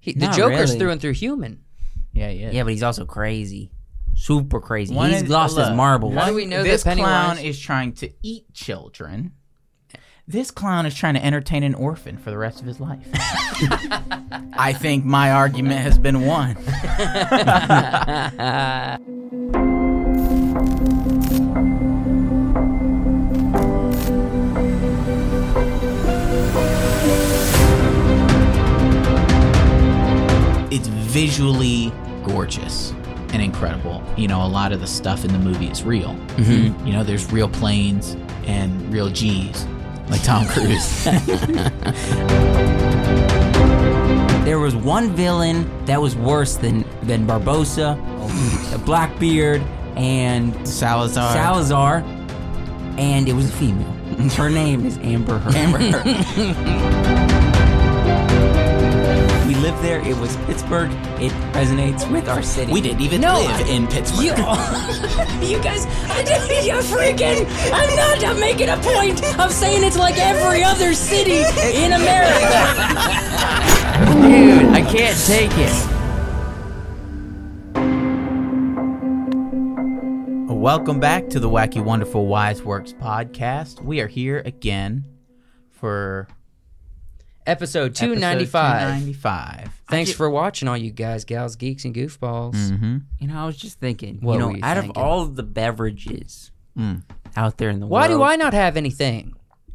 He, the Not Joker's really. through and through human. Yeah, yeah. Yeah, but he's also crazy, super crazy. One he's is- lost look, his marbles. How do we know this that Pennywise- clown is trying to eat children? This clown is trying to entertain an orphan for the rest of his life. I think my argument has been won. it's visually gorgeous and incredible. You know, a lot of the stuff in the movie is real. Mm-hmm. You know, there's real planes and real G's, like Tom Cruise. There was one villain that was worse than than Barbosa, Blackbeard, and Salazar. Salazar, and it was a female. Her name is Amber Heard. Amber Heard. we lived there. It was Pittsburgh. It resonates with our city. we didn't even No, live in Pittsburgh. You, you guys, I didn't, you freaking, I'm not I'm making a point of saying it's like every other city in America. Dude, I can't take it. Welcome back to the Wacky Wonderful Wise Works podcast. We are here again for Episode episode 295. 295. Thanks for watching, all you guys, gals, geeks, and goofballs. You know, I was just thinking, Hmm. What you know, were you out of thinking? all of the beverages out there in the Why world. do I not have anything?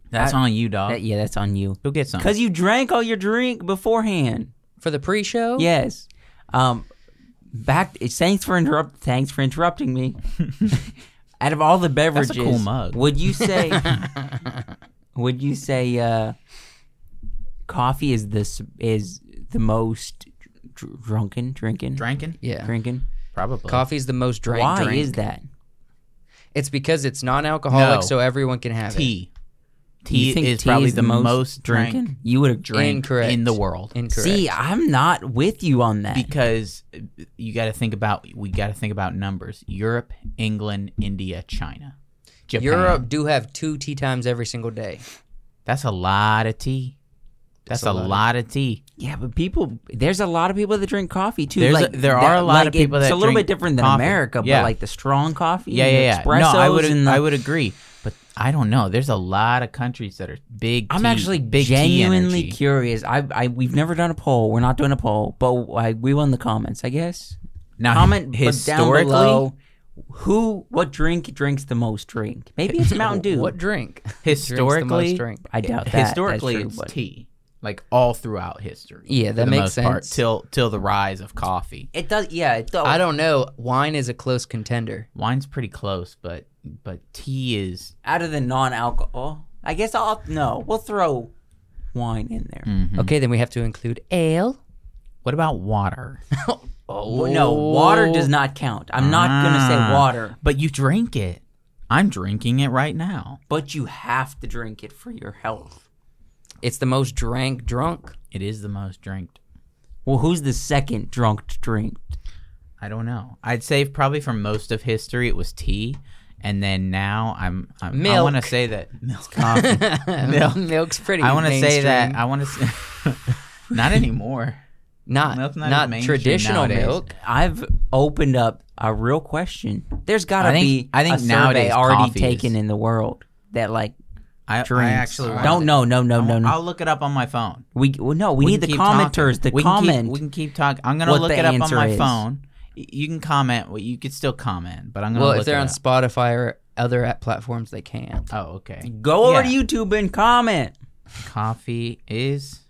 That's on you, dog. That, yeah, that's on you. Go get some. Because Oh. you drank all your drink beforehand. For the pre show? Yes. Um, back. Thanks for interrupt. Thanks for interrupting me. Out of all the beverages, cool mug. would you say? would you say uh, coffee is this is the most dr- drunken drinking drinking? Yeah. drinking? Probably. Coffee's the most drank Why drink. is that? It's because it's non alcoholic, No. so everyone can have Tea. Do you Tea think is probably the most, drank drinking? You would have it. drank. Incorrect. in the world. Incorrect. See, I'm not with you on that. because you got to think about we got to think about numbers. Europe, England, India, China, Japan. Europe do have two tea times every single day. That's a lot of tea. That's a a lot of- lot of tea. Yeah, but people, there's a lot of people that drink coffee too. There's a- like there are a lot of like, people it's that a little drink bit different than coffee. America, Yeah. but like the strong coffee, Yeah, and yeah, the yeah. Espressos No, I would and the- I would agree, but I don't know. There's a lot of countries that are big. I'm tea- actually big tea genuinely energy. curious. I, I, we've never done a poll. We're not doing a poll, but I, we will in the comments, I guess. now, Comment but down historically. below who, what drink drinks the most drink. Maybe it's Mountain Dew. What drink? drinks the most historically, drink? I doubt that. That's historically, true, it's but- tea. Like all throughout history. Yeah, for that the makes most part, sense. till till the rise of coffee. It does, yeah. It does. I don't know. Wine is a close contender. Wine's pretty close, but but tea is Out of the non-alcohol, I guess I'll no. We'll throw wine in there. Hmm. Mm-hmm. Okay, then we have to include ale. What about water? Oh No, water does not count. I'm not gonna say Oh. Ah. water, but you drink it. I'm drinking it right now. but you have to drink it for your health. It's the most drank drunk. It is the most drinked. Well, who's the second drunk to drink? I don't know. I'd say probably for most of history it was tea, and then now I'm, I'm I want to Milk. say that milk coffee. Milk. Milk's pretty. I want to say that mainstream. I want to say not anymore. not Milk's not not, mainstream traditional nowadays. milk. I've opened up a real question. There's gotta I think- be I think a survey nowadays already coffee taken is- in the world that like I, I drinks. actually want don't it. know. No, no, I'll, no, no. I'll look it up on my phone. we well, no. We, need can the keep talking. commenters to we can keep- comment. we can keep talking. I'm gonna what look the it up on answer my is. phone. Y- You can comment. Well, you could still comment, but I'm gonna Well, look if they're it on up. Spotify or other app platforms, they can't. oh, okay. Go over Yeah. to YouTube and comment. Coffee is.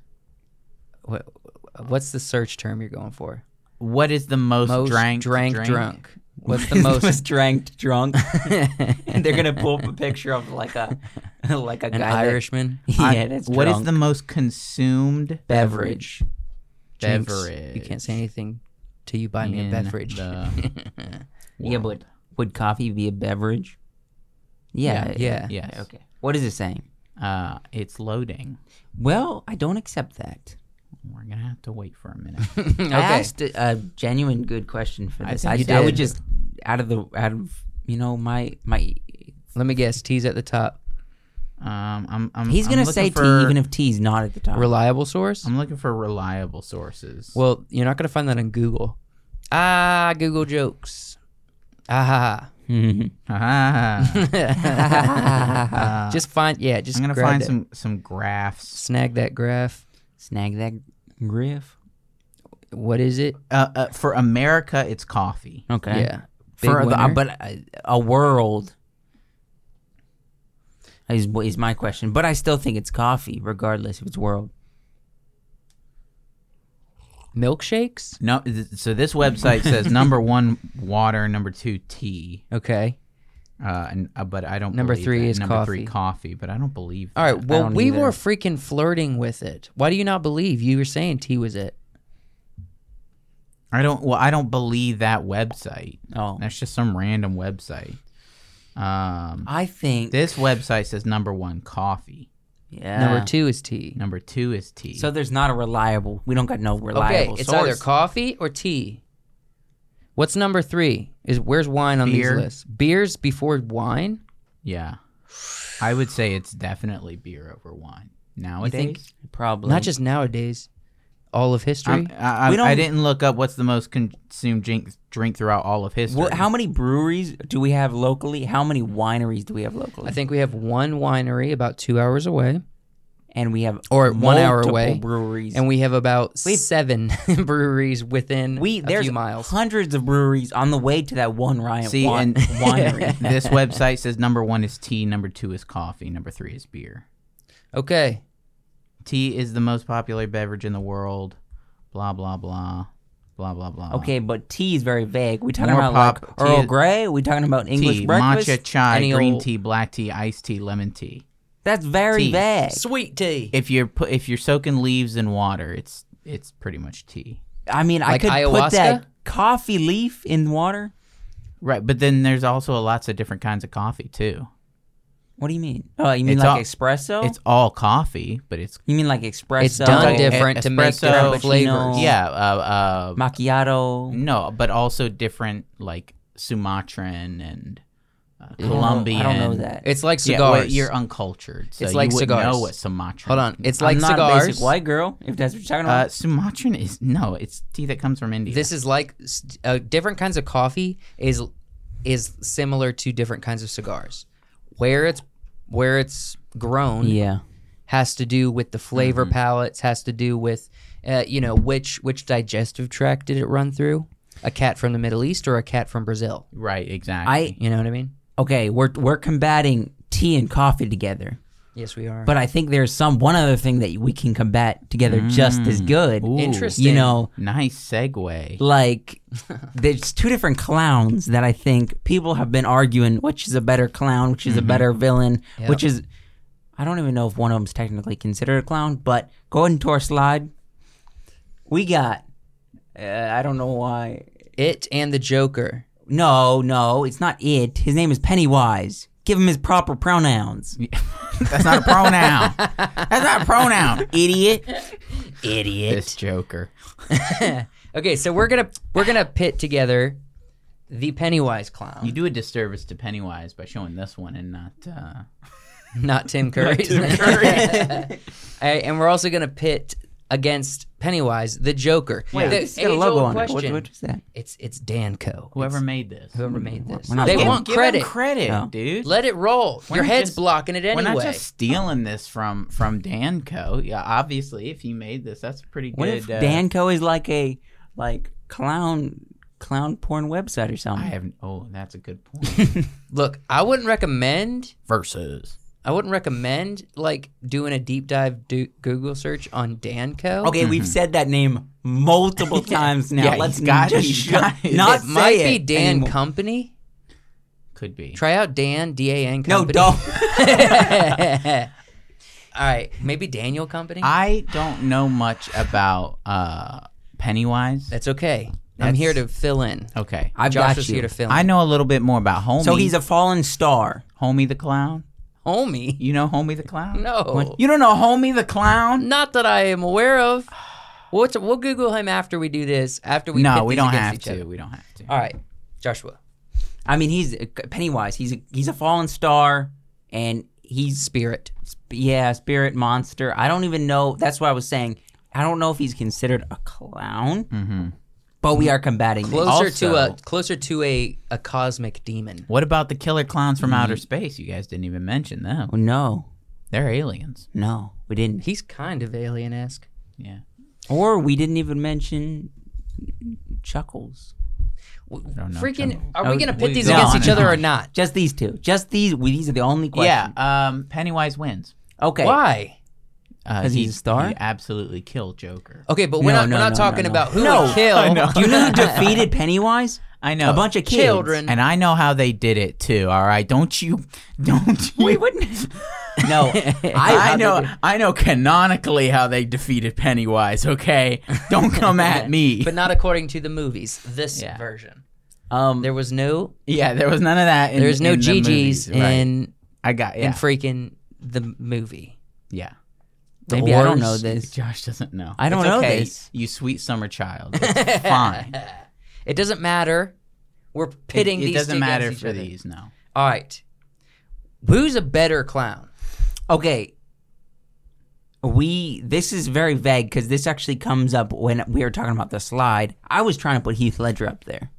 What, what's the search term you're going for? What is the most, Most drank drank drink? drunk. What's the Is most? drank drunk? They're gonna pull up a picture of like a like a an guy that- Irishman I- Yeah, that's what is drunk. the most consumed beverage. Jinx, beverage? You can't say anything till you buy me a in beverage. the Yeah, but would coffee be a beverage? Yeah, yeah. yes. Okay. What is it saying? Uh, it's loading. Well, I don't accept that. We're gonna have to wait for a minute. I asked a, a genuine good question for I this. think I, I you would did. just out of the out of you know my my Let me guess. T's at the top. Um, I'm, I'm He's I'm gonna looking say for- tea, even if tea's not at the top. Reliable source? I'm looking for reliable sources. Well, you're not gonna find that on Google. Ah, Google jokes. Ah, Mhm. Ah, ha, ha. just find yeah. Just I'm gonna grab find that. some some graphs. snag that graph. Snag that griff. What is it? Uh, uh, for America, it's coffee. Okay. Yeah, Big For the, uh, winner. but uh, a world is is my question. But I still think it's coffee, regardless if it's world. milkshakes. No, th- so this website says number one water, number two tea, Okay. uh, and uh, but I don't. Number believe three that. is number three coffee, but I don't believe. All right. that. Well, don't we either. were freaking flirting with it. Why do you not believe? You were saying tea was it. I don't. Well, I don't believe that website. Oh, That's just some random website. Um, I think this website says number one coffee, yeah. Number two is tea. number two is tea. So there's not a reliable. We don't got no Okay, reliable it's source. either coffee or tea. What's number three? Is where's wine on Beer. these lists? Beers before wine. yeah, I would say it's definitely beer over wine nowadays. Probably Not just nowadays, all of history. I'm- I, I, We I don't- didn't look up what's the most consumed drink drink throughout all of history. What, how many breweries do we have locally? How many wineries do we have locally? I think we have one winery about two hours away, and we have Or one hour multiple away. breweries. and we have about We've- seven breweries within we a there's few miles. hundreds of breweries on the way to that one Ryan See, wine, and winery. this website says number one is tea, number two is coffee, number three is beer. Okay, Tea is the most popular beverage in the world. Blah blah blah, blah blah blah. Okay, but tea is very vague. We talking More about pop- like Earl tea- Grey? we talking about English Tea, breakfast? matcha, chai, any green old- tea, black tea, iced tea, lemon tea. That's very Tea. vague. sweet tea. If you're pu- if you're soaking leaves in water, it's it's pretty much tea. I mean, I Like could put ayahuasca? that coffee leaf in water. Right, but then there's also lots of different kinds of coffee too. What do you mean? Oh, you mean It's like all- espresso? It's all coffee, but it's you mean like espresso? It's done Like different to make espresso, different flavors. cappuccino. yeah. Uh, uh, macchiato. No, but also different, like Sumatran and uh, I don't know- Colombian. I don't know that. It's like Yeah, well, cigars. you're uncultured. So It's you like wouldn't cigars. know what Sumatran. Hold on, it's like I'm not cigars. a basic white girl, if that's what you're talking uh, about. Sumatran is no. It's tea that comes from India. This is like s- uh, different kinds of coffee is is similar to different kinds of cigars. Where it's where it's grown yeah. has to do with the flavor palettes, has to do with uh, you know which which digestive tract did it run through? A cat from the Middle East or a cat from Brazil? right, exactly. I You know what I mean? okay. We're we're combating tea and coffee together, Yes, we are. but I think there's some one other thing that we can combat together just as good. Ooh, Interesting. You know, Nice segue. like there's two different clowns that I think people have been arguing which is a better clown, which is Mm-hmm. a better villain, which is I don't even know if one of them's technically considered a clown, but going to our slide, we got uh, I don't know why. it and the Joker. No, no, it's not it. His name is Pennywise. Give him his proper pronouns. That's not a pronoun. That's not a pronoun. Idiot. Idiot. This Joker. Okay, so we're gonna we're gonna pit together the Pennywise You clown, do a disservice to Pennywise by showing this one and not. Uh, not Tim Curry. Alright, and we're also gonna pit against Pennywise the Joker. Wait, the this has got a logo age-old on it. What, question- what is that? It's it's Danco. whoever It's made this. whoever made this. We're not They giving- want Give him credit. credit, No. dude. Let it roll. Your not head's just- blocking it We're anyway. not just stealing this from from Danco. Yeah, obviously, if you made this, that's pretty good. What if uh, Danco is like a like clown clown porn website or I something? haven't. Oh, that's a good point. Look, I wouldn't recommend. Versus. I wouldn't recommend like doing a deep dive do- Google search on Danco. Okay, we've said that name multiple times now. Yeah, Let's he's got- just he's sh- got it. not it say might be it Dan anymore. Company. Could be. Try out Dan D A N No, Company. don't. All right, maybe Daniel Company. I don't know much about uh Pennywise. That's okay. I'm That's- Oh, here to fill in. Okay. I've Josh got is you. here to fill in. I know a little bit more about Homie. So he's a fallen star. Homie the Clown. homie. You know Homie the Clown? No, You don't know Homie the Clown? not that I am aware of. What's, we'll Google him after we do this. After we no, pit we these don't against have each to. other. We don't have to. All right, Joshua. I mean, he's Pennywise. He's a, he's a fallen star, and he's Spirit. yeah, spirit monster. I don't even know. That's what I was saying. I don't know if he's considered a clown, but we are combating. this. Closer to Also- a closer to a, a cosmic demon. What about the killer clowns from outer space? You guys didn't even mention them. Oh, no, They're aliens. no, we didn't. He's kind of alien esque. Yeah. Or we didn't even mention Chuckles. know, Freaking, Trevor. are we Oh, gonna pit we- these no, against no, each other no. or not? Just these two. Just these. We, these are the only questions. Yeah. Um, Pennywise wins. Okay. Why? Uh, 'Cause he's he- a star? He absolutely killed Joker. Okay, but we're No, not no, we're not no, talking no, no. about who No. would kill I know. Do you know who defeated Pennywise? I know. A bunch of kids. children. And I know how they did it too. All right, don't you? Don't you? We wouldn't. No, I, I, know. I know canonically how they defeated Pennywise. Okay, don't come at me. but not according to the movies. This Yeah. version, Um, there was no yeah, there was none of that. In, there's no in the GGs movies, right. in I got in yeah freaking the movie. yeah. maybe I don't Wars. know this. Josh doesn't know. I don't It's know okay, this. You sweet summer child. It's fine. It doesn't matter. We're pitting it, it these. doesn't two against matter each for other. these. No. All right. Who's a better clown? Okay. We this is very vague because this actually comes up when we were talking about the slide. I was trying to put Heath Ledger up there,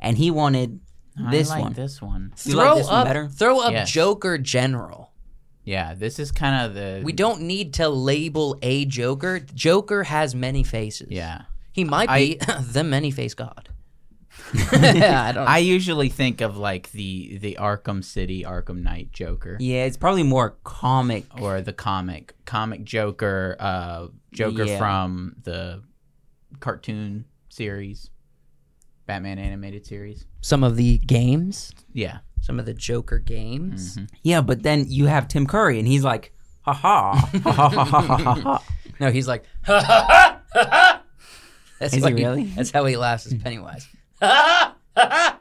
and he wanted this I like one. This one. You throw like this up, one better? throw up Yes. Joker General. Yeah, this is kind of the We don't need to label a Joker. Joker has many faces. Yeah. he might I- be the many face god. yeah, I don't. I usually think of like the the Arkham City, Arkham Knight Joker, Yeah, it's probably more comic. or the comic comic Joker, uh, Joker Yeah. from the cartoon series, Batman animated series. some of the games, Yeah, some of the Joker games. Yeah, but then you have Tim Curry, and he's like, ha ha, ha ha ha ha ha. ha. No, he's like, ha ha ha ha. ha." That's Is what he really? That's how he laughs as Pennywise. Ha, ha, ha, ha.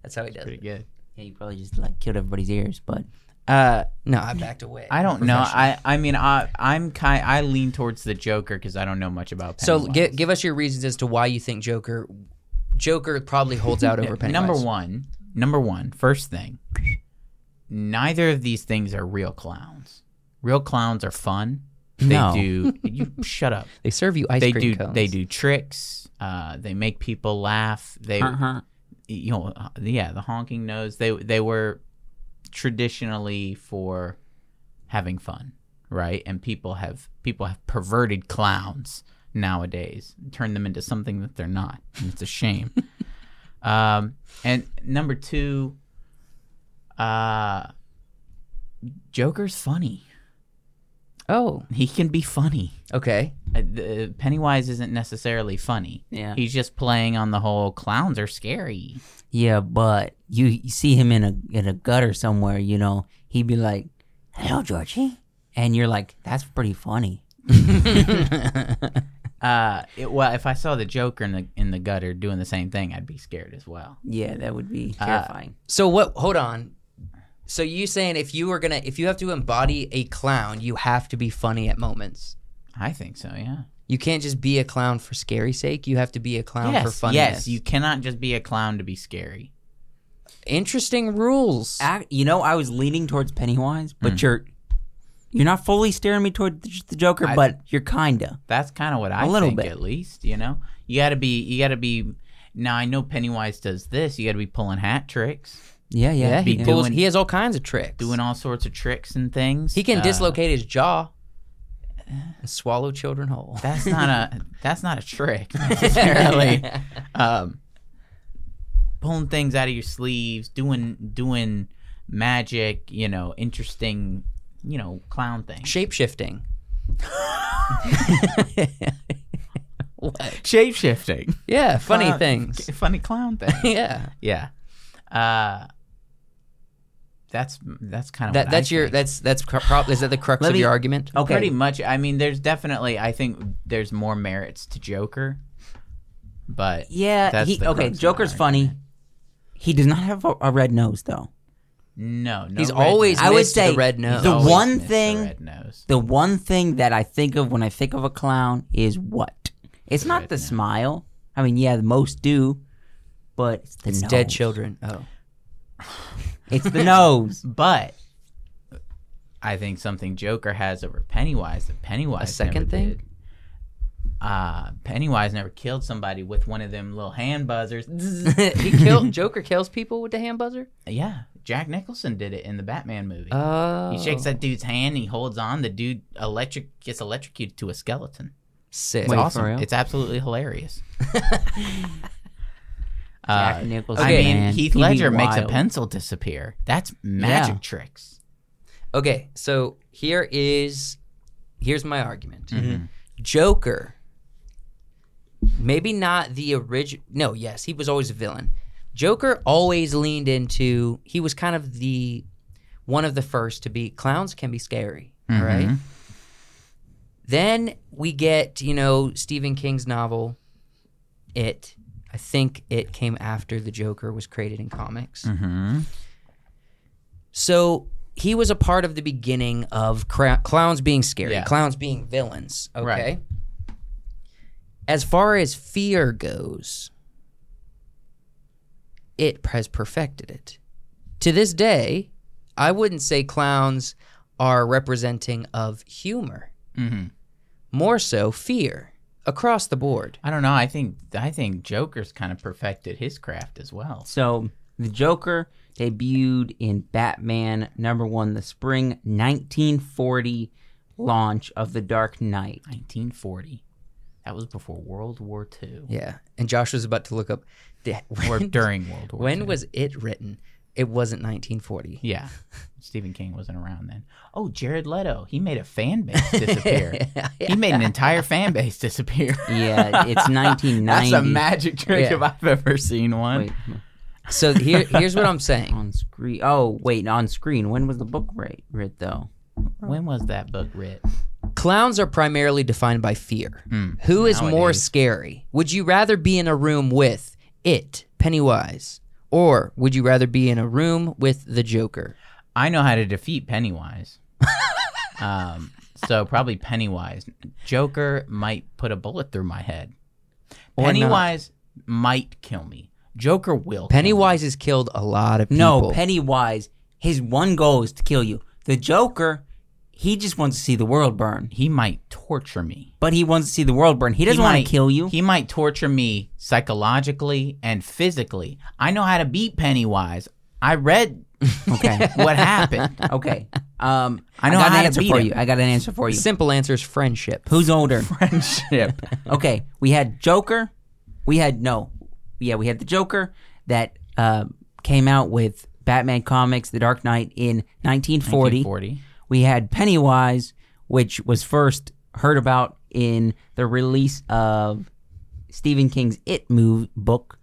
that's how he does. pretty It. good. Yeah, you probably just like killed everybody's ears, but Uh, No, I backed away. I don't know. I I mean, I I'm kind. I lean towards the Joker because I don't know much about. So Pennywise. give give us your reasons as to why you think Joker Joker probably holds out over Pennywise. Number one, number one, first thing. Neither of these things are real clowns. Real clowns are fun. They No. do. You shut up. they serve you ice They cream do. cones. They do tricks. Uh, they make people laugh. They, uh-huh. you know, uh, yeah, the honking nose. They they were traditionally for having fun, right? And people have people have perverted clowns nowadays, turn them into something that they're not. And it's a shame. um, and number two, uh, Joker's funny. Oh, He can be funny. okay. Uh, the- Pennywise isn't necessarily funny. Yeah. He's just playing on the whole clowns are scary. yeah, but you, you see him in a in a gutter somewhere, you know, he'd be like, "Hello, Georgie," and you're like, "That's pretty funny." Uh, it, well, if I saw the Joker in the in the gutter doing the same thing, I'd be scared as well. Yeah, that would be terrifying. So what? Hold on. So you saying if you were gonna if you have to embody a clown, you have to be funny at moments. I think so. Yeah. You can't just be a clown for scary sake. You have to be a clown for Yes. funny. Yes. You cannot just be a clown to be scary. interesting rules. Ac you know, I was leaning towards Pennywise, but you're you're not fully staring me toward the, the Joker, but you're kinda. That's kind of what I little think, bit. at least. You know, you got to be. You got to be. Now I know Pennywise does this. You got to be pulling hat tricks, Yeah, yeah, yeah, he yeah. pulls. doing- he has all kinds of tricks. doing all sorts of tricks and things. he can Uh, dislocate his jaw. And swallow children whole. That's not a. that's not a trick necessarily. um, pulling things out of your sleeves, doing doing magic. You know, interesting. You know, clown things. Shape shifting. what? shape shifting. Yeah, funny things. Funny clown thing. Yeah, yeah. Uh, that's that's kind of that that's your that's that's cr- pro- is that the crux Let of me- your argument? okay. pretty much. I mean, there's definitely I think there's more merits to Joker, but yeah, That's he, the okay, crux of Joker's my funny. He does not have a, a red nose though. no, no He's red always nose. I would missed say the red nose. the Always one miss the thing- red nose. The one thing that I think of when I think of a clown is what? It's not the smile. I mean, yeah, most do, but it's the nose. dead children. Oh, It's the nose. But I think something Joker has over Pennywise that Pennywise second never thing? did. Uh, Pennywise never killed somebody with one of them little hand buzzers. he killed Joker kills people with the hand buzzer. yeah, Jack Nicholson did it in the Batman movie. Oh, he shakes that dude's hand. He holds on. The dude electric gets electrocuted to a skeleton. sick. It's Wait, for awesome. real? It's absolutely hilarious. Uh, Jack Nicholson. I Okay. mean, man. He'd Heath be Ledger makes a wild. pencil disappear. That's magic Yeah. tricks. Okay, so here is here's my argument. Mm-hmm. Joker, maybe not the original. No, yes, he was always a villain. Joker always leaned into. He was kind of the one of the first to be clowns can be scary, Mm-hmm. Mm-hmm, all right? Then we get you know Stephen King's novel, It. I think it came after the Joker was created in comics. Mm-hmm. So he was a part of the beginning of cra- clowns being scary, Yeah. clowns being villains. Okay. Right. As far as fear goes, it has perfected it. To this day, I wouldn't say clowns are representing of humor, Mm-hmm. more so fear across the board. I don't know. I think I think Joker's kind of perfected his craft as well. So the Joker debuted in Batman number one, the spring 1940 launch of The Dark Knight. 1940. That was before World War II. Yeah. And Josh was about to look up the, Or when, during World War when II. was it written? It wasn't 1940. Yeah. Stephen King wasn't around then. Oh, Jared Leto. He made a fan base disappear. He made an entire fan base disappear. Yeah, it's 1990. That's a magic trick Yeah. if I've ever seen one. Wait, So here, here's what I'm saying. on screen. Oh, wait, on screen. When was the book writ, writ though? When was that book writ? Clowns are primarily defined by fear. Hmm. Who is Now it more is. scary? Would you rather be in a room with it, Pennywise, or would you rather be in a room with the Joker? I know how to defeat Pennywise. um, so probably Pennywise. Joker might put a bullet through my head. Or not. Pennywise might kill me. Joker will. kill Pennywise has killed a lot of people. No, Pennywise, his one goal is to kill you. The Joker, he just wants to see the world burn. me. He might torture me. But he wants to see the world burn. He doesn't He want to might- kill you. He might torture me psychologically and physically. I know how to beat Pennywise. I read okay. what happened. Okay. Um, I know got how an to answer beat for him. you. I got an answer for The you. simple answer is friendship. Who's older? Friendship. Okay, we had Joker. We had no, yeah, we had the Joker that uh, came out with Batman Comics, The Dark Knight in 1940. 40. We had Pennywise, which was first heard about in the release of Stephen King's It move book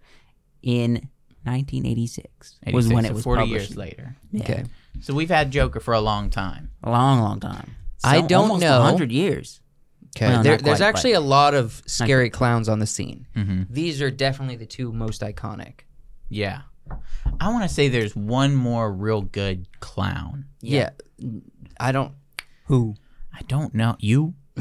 in 1986. Was when it was 40 published. years later. Okay. So we've had Joker for a don't time. A long, long time. I don't almost know. 100 years. Okay. Well, there, not there's quite, actually a lot of scary clowns on the scene. Mm-hmm. These are definitely the two most iconic. Yeah. I want to say there's one more real good clown. Yeah. I don't. Who? I don't know. You?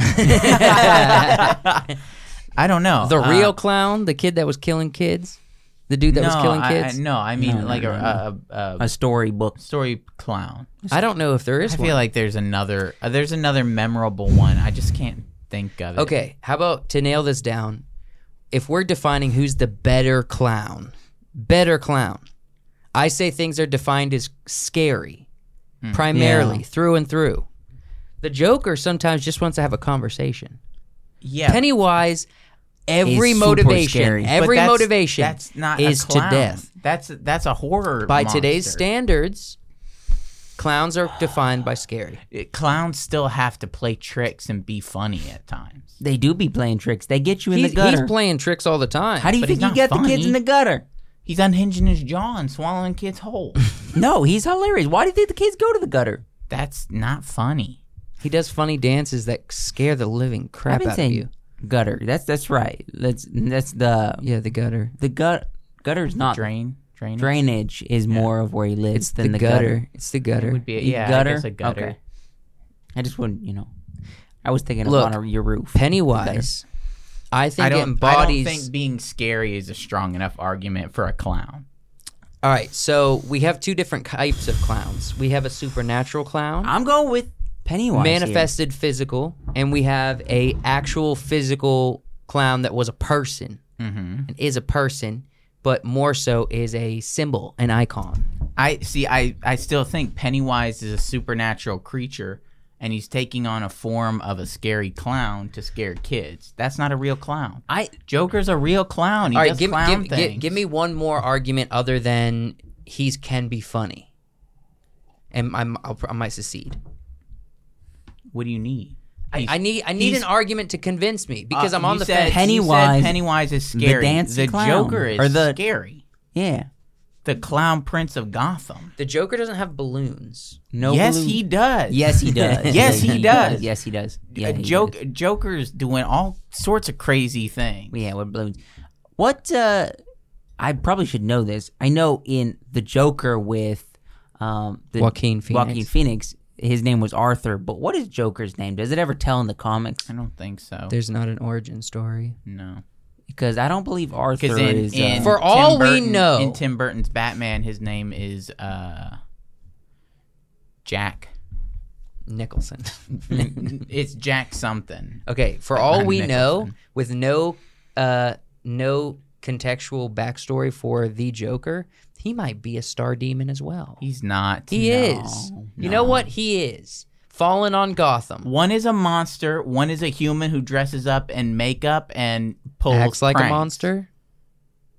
I don't know. The Uh, real clown, the kid that was killing kids, the dude that was no, killing I- I- kids. no, I mean No, no, like no, a, a, a, A storybook. a story clown. I don't know if there is I one. feel like there's another uh, there's another memorable one. I just can't think of it. okay, how about to nail this down? If we're defining who's the better clown, better clown, I say things are defined as scary, Hmm. primarily Yeah. through and through. The Joker sometimes just wants to have a conversation. Yeah. Pennywise, every Is super motivation, scary. But but every that's- motivation that's not a is to clown. death. That's that's a horror By today's monster. standards, clowns are defined by scary. it- clowns still have to play tricks and be funny at times. They do be playing tricks. They get you in He's, the gutter. he's playing tricks all the time. How do you but think he's you not get the kids funny. in the gutter? He's unhinging his jaw and swallowing kids whole. No, he's hilarious. Why do you think the kids go to the gutter? That's not funny. He does funny dances that scare the living I've crap been out of saying you. gutter. That's that's right. That's that's the Yeah, the gutter. the gut gutter's Uh, not Drain, drain, drainage is more of where he lives than the, gutter. It's the gutter. would be a, You yeah, gutter? I guess a gutter. Okay. I just wouldn't, you know. I was thinking Look, of on a, your roof. Pennywise. I think I don't. it embodies. I don't think being scary is a strong enough argument for a clown. All right, so we have two different types of clowns. We have a supernatural clown, I'm going with Pennywise. here. manifested physical, and we have a actual physical clown that was a person Mm-hmm. and is a person, but more so is a symbol, an icon. I see. I I still think Pennywise is a supernatural creature, and he's taking on a form of a scary clown to scare kids. That's not a real clown. I Joker's a real clown. He All right, does give, clown give, things. give, give me one more argument other than he's can be funny, and I'm, I'll, I might secede. What do you need? I, He's- I need I need he's- an argument to convince me because Uh, I'm on you the said, fence. Penny- you said Pennywise- Pennywise is scary. dancing clown, Joker is or the- scary. yeah. The clown prince of Gotham. the Joker doesn't have balloons. No. yes, balloon. he does. Yes, he does. Yes, he does. Yes, he does. Yeah, Uh, he Jok- does. Joker's doing all sorts of crazy things. Yeah, with balloons. What? uh I probably should know this. I know in the Joker with um the Joaquin Phoenix. Joaquin Phoenix, his name was Arthur. But what is Joker's name? Does it ever tell in the comics? I don't think so. There's not an origin story. no. Because I don't believe Arthur Because in, is. in uh, For Tim all we Burton- know- in Tim Burton's Batman, his name is uh, Jack. Nicholson. it's Jack something. okay, for all we Nicholson. know, with no uh no contextual backstory for the Joker, he might be a star demon as well. He's not. He No, is. You know no. what? He is. Fallen on Gotham. One is a monster. One is a human who dresses up in makeup and pulls Acts like a pranks- monster.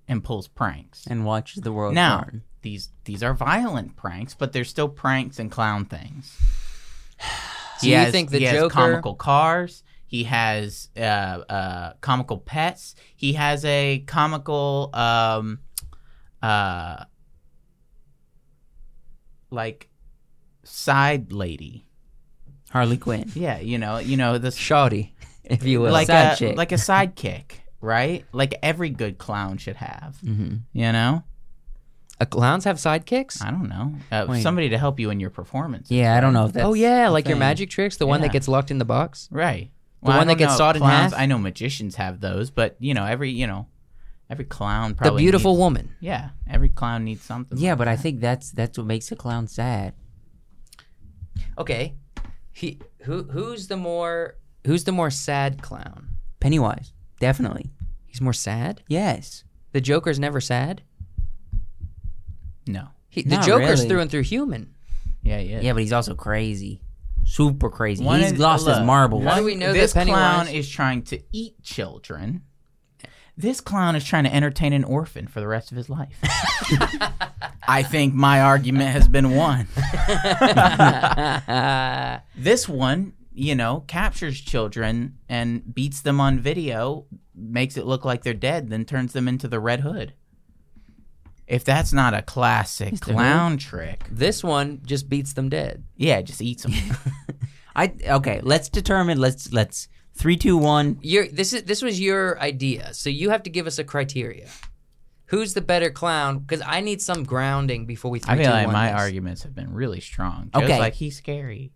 and pulls pranks. and watches the world. Now burn. these these are violent pranks, but they're still pranks and clown things. So you think the he Joker- has comical cars? He has uh, uh, comical pets. He has a comical um, uh, like side lady. Harley Quinn. Yeah, you know, you know this Shoddy, if you will. like Side a chick. like a sidekick, right? Like every good clown should have. hmm You know, uh, clowns have sidekicks? I don't know uh, Wait. somebody to help you in your performance. Yeah, I don't know if that's. Oh yeah, like your thing. magic tricks, the one Yeah. that gets locked in the box. Right. The one I that don't gets know. sawed in Clowns- half? I know magicians have those, but you know every you know every clown probably the beautiful needs- woman. Yeah, every clown needs something. Yeah, like but I that. think that's that's what makes a clown sad. Okay. He who who's the more who's the more sad clown? Pennywise, definitely. He's more sad? Yes. The Joker's never sad? no. He, the Not Joker's really. through and through human. Yeah, yeah. Yeah, but he's also crazy, super crazy. One he's is- lost his look, marbles. How do we know this that Pennywise- clown is trying to eat children? This clown is trying to entertain an orphan for the rest of his life. I think my argument has been won. this one, you know, captures children and beats them on video, makes it look like they're dead, then turns them into the Red Hood. If that's not a classic the Hood? clown trick, This one just beats them dead. yeah, just eats them. I okay. Let's determine. Let's let's three, two, one. Your this is this was your idea. So you have to give us a criteria. Who's the better clown? Cuz I need some grounding before we I three, feel two, like one my this. arguments have been really strong. Joe's Okay. like he's scary,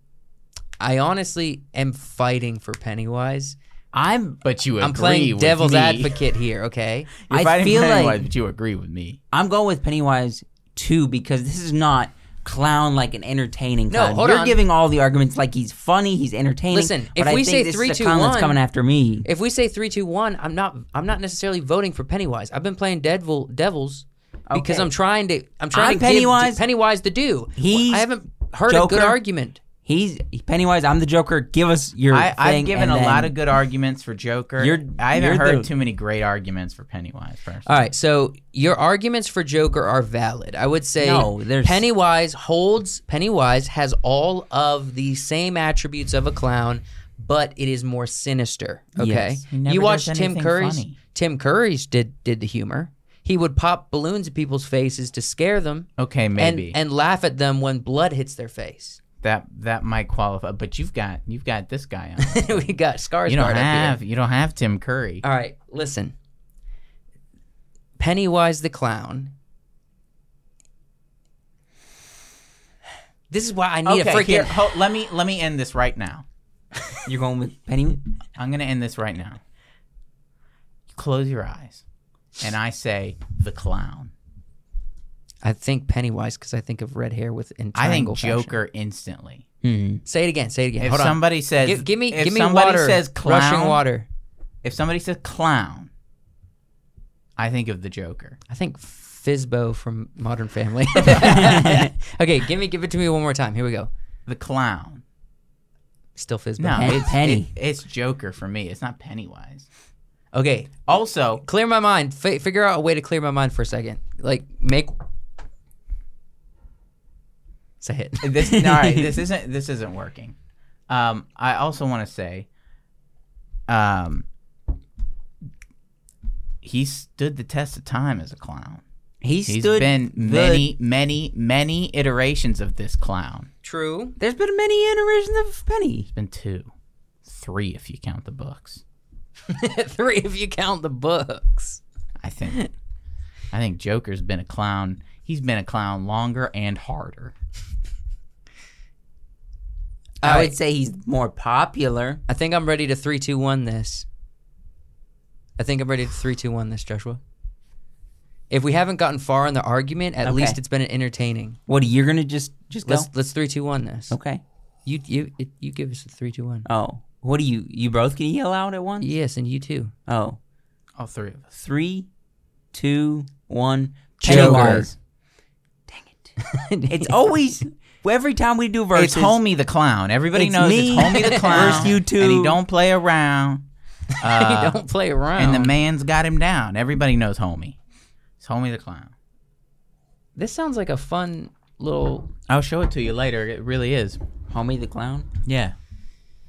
I honestly am fighting for Pennywise. I'm but you agree I'm playing with devil's me. advocate here, okay? You're I fighting feel Pennywise, like- but you agree with me. I'm going with Pennywise too because this is not clown like an entertaining No, clown. hold You're on. giving all the arguments like he's funny, he's entertaining. Listen, but if I we think say this three, is two, the clown that's one- coming after me. If we say three, two, one, I'm not I'm not necessarily voting for Pennywise. I've been playing Devil Devils because Okay. I'm trying to I'm trying I'm to Pennywise. give Pennywise Pennywise. the do. He's I haven't heard a good Joker. argument. He's Pennywise. I'm the Joker. Give us your. I, I've thing, given and a then- lot of good arguments for Joker. You're- I you're haven't heard the- too many great arguments for Pennywise. First, All right, so your arguments for Joker are valid. I would say No, there's- Pennywise holds Pennywise has all of the same attributes of a clown, but it is more sinister. Okay, Yes. He never you does watch Tim anything Curry's. funny. Tim Curry's did did the humor. He would pop balloons at people's faces to scare them. okay, maybe and and laugh at them when blood hits their face. that that might qualify. But you've got you've got this guy on. we got scars. you don't barred up have here. Uh, you don't have Tim Curry. All right, listen. Pennywise the clown. This is why I need okay, a freaking. here, ho- let me let me end this right now. You're going with Pennywise. I'm gonna end this right now. Close your eyes, and I say the clown. I think Pennywise because I think of red hair with in I think triangle fashion. Joker instantly. Hmm. Say it again. Say it again. If Hold on. somebody says, Give, give me if give me somebody water. says clown, Rushing water. if somebody says clown, I think of the Joker. I think Fizbo from Modern Family. okay, give me give it to me one more time. Here we go. The clown. Still Fizbo. No, Penny- it's, Penny. it- it's Joker for me. It's not Pennywise. Okay, Also, clear my mind. F- figure out a way to clear my mind for a second. Like make. It's a hit. this all right, this isn't this isn't working. Um, I also want to say, um, he stood the test of time as a clown. He He's stood been the- many, many, many iterations of this clown. True. There's been many iterations of Penny. It's been two, three if you count the books. Three if you count the books. I think. I think Joker's been a clown. He's been a clown longer and harder. All I right. would say he's more popular. I think I'm ready to three, two, one this. I think I'm ready to three, two, one this, Joshua. If we haven't gotten far in the argument, at Okay. least it's been entertaining. What you're gonna just just go? Let's let's three, two, one this. okay. You you it, you give us a three, two, one. Oh, what do you you both can yell out at once? Yes, and you too. Oh, All three of us. three, two, one. Joker. Pennywise. It's always every time we do verses. It's Homie the Clown. Everybody It's knows me it's Homie the Clown. versus you two. And he don't play around. Uh, don't play around. and the man's got him down. Everybody knows Homie. It's Homie the Clown. this sounds like a fun little. I'll show it to you later. It really is. Homie the clown. Yeah.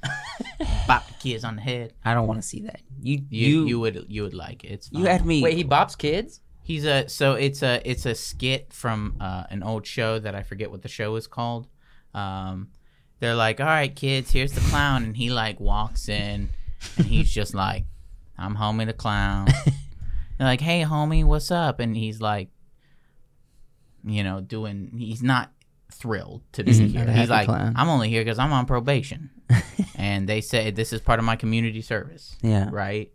Bop the kids on the head. I don't want to see that. You You, you you you, would you would like it. It's you fine. had me. Wait, he bops kids. He's a so it's a it's a skit from uh, an old show that I forget what the show is called. Um, they're like, "All right, kids, here's the clown," and he like walks in, and he's just like, "I'm homie the clown." they're like, "Hey, homie, what's up?" And he's like, you know, doing. He's not thrilled to be Mhm. here. Not a He's happy like, clown. "I'm only here because I'm on probation," and they say this is part of my community service yeah. right?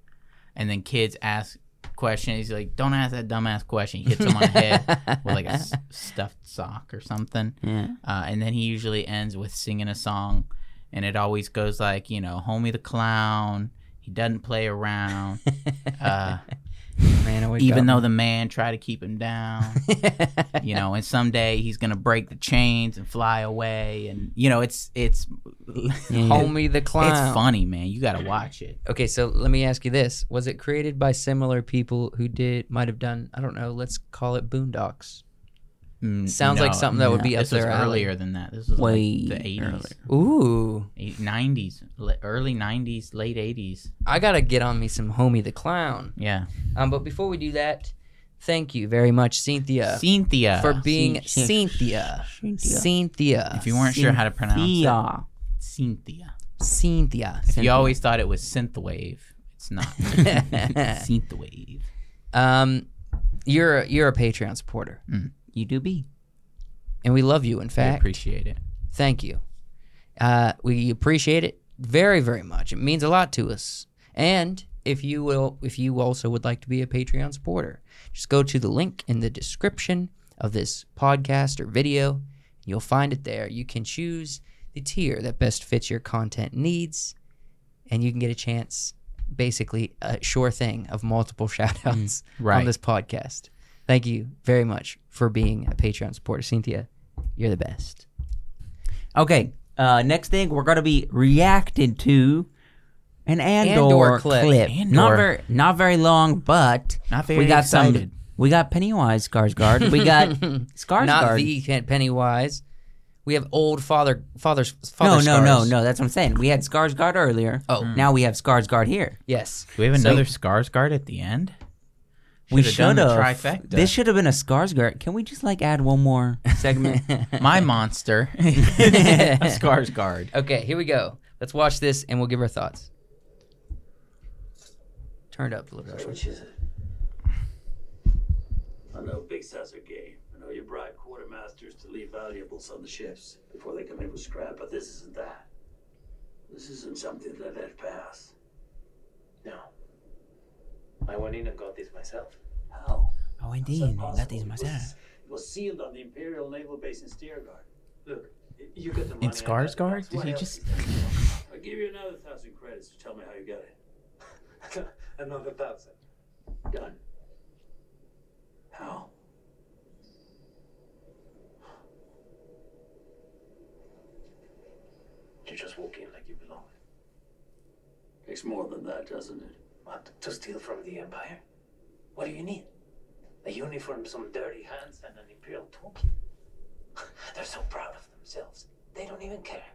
And then kids ask questions. He's like, "Don't ask that dumbass question." He hits them on the head with like a s- stuffed sock or something. Yeah. Uh, and then he usually ends with singing a song, and it always goes like, you know, "Homie the clown." He doesn't play around, uh, Man, always even though the man tried to keep him down. you know, and someday he's gonna break the chains and fly away, and you know, it's it's it's homie the clown. funny, man. You gotta watch it. Okay, so let me ask you this: Was it created by similar people who did might have done? I don't know. Let's call it Boondocks. Mm, Sounds like something that would be up this was their alley. earlier than that. This was Way like the earlier. eighties, Ooh, nineties, early nineties, late eighties. I gotta get on me some Homie the Clown. Yeah, Um, but before we do that, thank you very much, Cynthia, Cynthia. for being Cyn- Cynthia. Cynthia. if you weren't sure how to pronounce it, Yeah. Cynthia. Cynthia. If you always thought it was synthwave, it's not. synthwave. Um, you're a, you're a Patreon supporter, You do be. and we love you. In I fact, appreciate it. Thank you. Uh, we appreciate it very, very much. It means a lot to us. And if you will, if you also would like to be a Patreon supporter, just go to the link in the description of this podcast or video. You'll find it there. You can choose the tier that best fits your content needs, and you can get a chance, basically a sure thing, of multiple shout outs on right. this podcast. Thank you very much for being a Patreon supporter. Cynthia, you're the best. Okay. Uh, next thing we're gonna be reacted to an Andor, Andor clip. clip. Not Andor. very, not very long, but Not we very got excited. some. We got Pennywise Skarsgård. We got Skarsgård. not the Pen- Pennywise. We have old father, father's father. no, no, no, scars. no. That's what I'm saying. We had Skarsgård earlier. Mm. Oh. now we have Skarsgård here. Yes, Do we have another Skarsgård at the end? we Should've should done the have. trifecta. This should have been a Skarsgård. Can we just like add one more segment? My monster, Skarsgård. Okay, here we go. Let's watch this and we'll give our thoughts. Turn it up a little. Joshua. Which is it? I know big sats are gay. I know you bribe quartermasters to leave valuables on the ships before they come in with scrap, but this isn't that. This isn't something to let pass. No. I went in and got this myself. How? oh, indeed. I got these myself. It was sealed on the Imperial Naval Base in Steergard. Look, y- you got the money. In out of that Skarsgård? box. Did What he else just- is there? I'll give you another thousand credits to tell me how you got it. Another thousand. Done. How? You just walk in like you belong. Takes more than that, doesn't it? What? To steal from the Empire? What do you need? A uniform, some dirty hands, and an Imperial toolkit. They're so proud of themselves. They don't even care.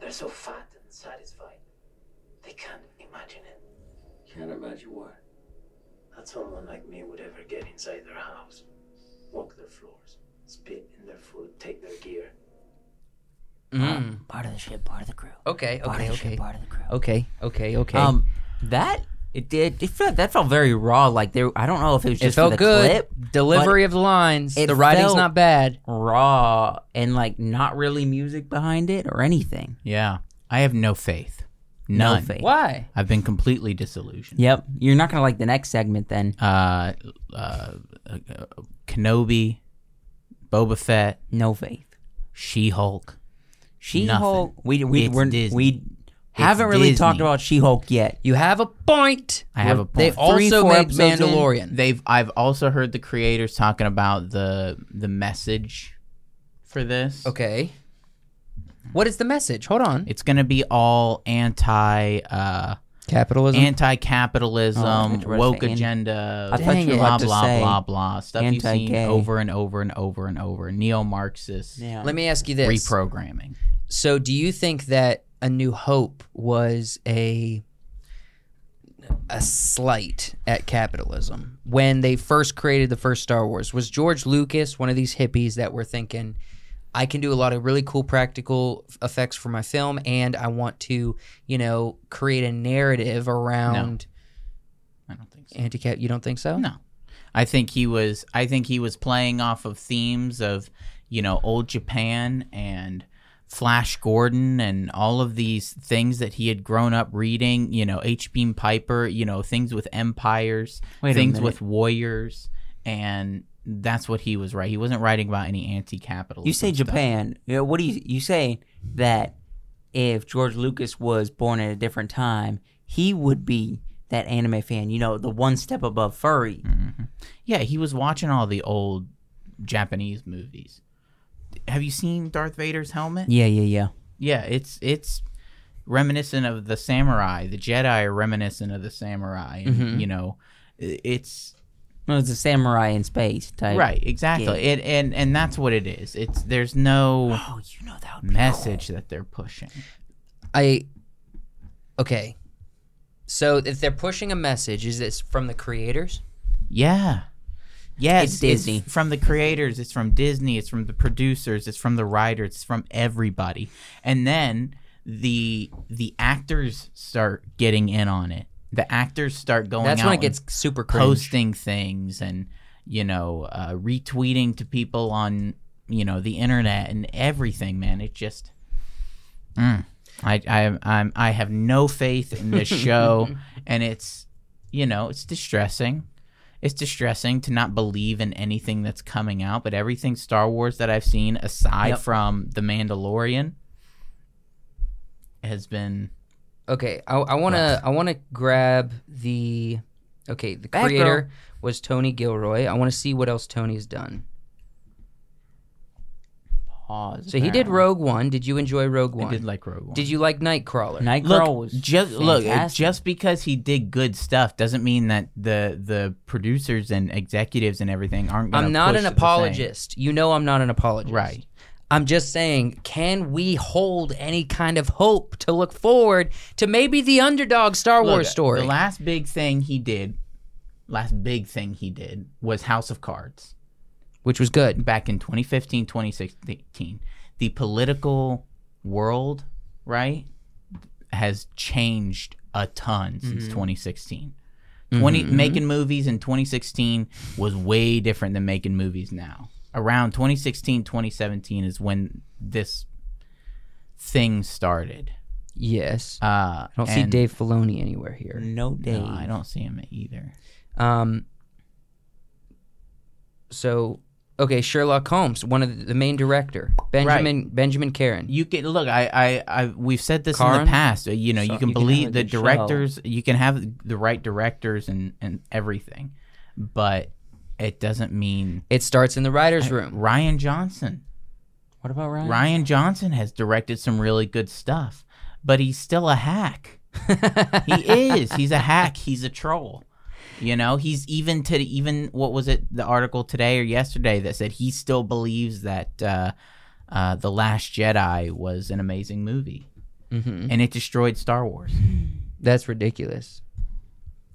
They're so fat and satisfied. They can't imagine it. Can't imagine what. that someone like me would ever get inside their house, walk their floors, spit in their food, take their gear. Mm. Part of the ship, part of the crew. Okay, Part okay, of the ship, okay. part of the crew. Okay, okay, okay. Um, that it did. It felt, that felt very raw. Like there, I don't know if it was it just for felt the good. clip, Delivery of the lines. it The writing's felt- not bad. raw, and like not really music behind it or anything. Yeah. I have no faith. None. faith. Why? I've been completely disillusioned. Yep, you're not gonna like the next segment then. Uh, uh, uh, Kenobi, Boba Fett, No faith. She Hulk. She Hulk. We we It's we're, Disney. we haven't really Disney. talked about She Hulk yet. You have a point. I have a They point. Three, also four made episodes in, Mandalorian. They've. I've also heard the creators talking about the the message for this. okay. What is the message? Hold on. It's gonna be all anti uh, Capitalism. anti capitalism, Oh, I thought you were woke saying- agenda, I thought you were blah about to blah, say blah blah Stuff you've seen anti-gay. over and over and over and over. Neo Marxist Yeah. Let me ask you this. reprogramming. So, do you think that A New Hope was a a slight at capitalism when they first created the first Star Wars? Was George Lucas one of these hippies that were thinking, "I can do a lot of really cool practical f- effects for my film, and I want to, you know, create a narrative around I don't think so. anti-cap"? You don't think so? No. I think he was I think he was playing off of themes of, you know, old Japan and Flash Gordon and all of these things that he had grown up reading, you know, H. Beam Piper, you know, things with empires, Wait a things minute. with warriors and that's what he was right. He wasn't writing about any anti-capitalism. You say stuff. Japan. You know, what do you you say that if George Lucas was born at a different time, he would be that anime fan. You know, the one step above furry. Yeah, he was watching all the old Japanese movies. Have you seen Darth Vader's helmet? Yeah, yeah, yeah. Yeah, it's it's reminiscent of the samurai. The Jedi are reminiscent of the samurai. And, Mm-hmm. You know, i- it's No, it's a samurai in space type. right, exactly. Yeah. It and and that's what it is. It's there's no Oh, you know that would be message that they're pushing. I okay. So if they're pushing a message, is this from the creators? Yeah. Yes, It's Disney. from the creators, it's from Disney, it's from the producers, it's from the writers, it's from everybody. And then the the actors start getting in on it. The actors start going That's out when it and gets super cringe. posting things and you know uh, retweeting to people on you know the internet and everything man it just mm, I, I I'm I have no faith in this show and it's you know it's distressing it's distressing to not believe in anything that's coming out but everything Star Wars that I've seen aside Yep. from The Mandalorian has been Okay, I, I wanna I wanna grab the okay the Bad creator was Tony Gilroy. I want to see what else Tony's done. pause. So he did Rogue One. Did you enjoy Rogue I One? did like Rogue One Did you like Nightcrawler? Nightcrawler look, was just look fantastic. just because he did good stuff doesn't mean that the the producers and executives and everything aren't gonna I'm not push an the same. apologist. You know I'm not an apologist. right I'm just saying, can we hold any kind of hope to look forward to maybe the underdog Star Look, Wars story? the last big thing he did last big thing he did was house of cards which was good. back in 2015 2016 the political world right has changed a ton since Mm-hmm. 2016 20 making movies in 2016 was way different than making movies now around 2016 2017 is when this thing started Yes. I uh don't see and- Dave Filoni anywhere here. no day. no, i don't see him either Um, so okay, Sherlock Holmes, one of the, the main director, Benjamin Benjamin Karen. You can look. I, I, I we've said this in Karin? the past. uh, You know, So- you can You can believe have the a good show. directors. You can have the right directors and and everything, but it doesn't mean It starts in the writers' room. Ryan Johnson. What about Ryan? Ryan Johnson has directed some really good stuff, but he's still a hack. he is. He's a hack. He's a troll. You know, he's even to even what was it the article today or yesterday that said he still believes that uh, uh, the Last Jedi was an amazing movie hmm and it destroyed Star Wars. That's ridiculous.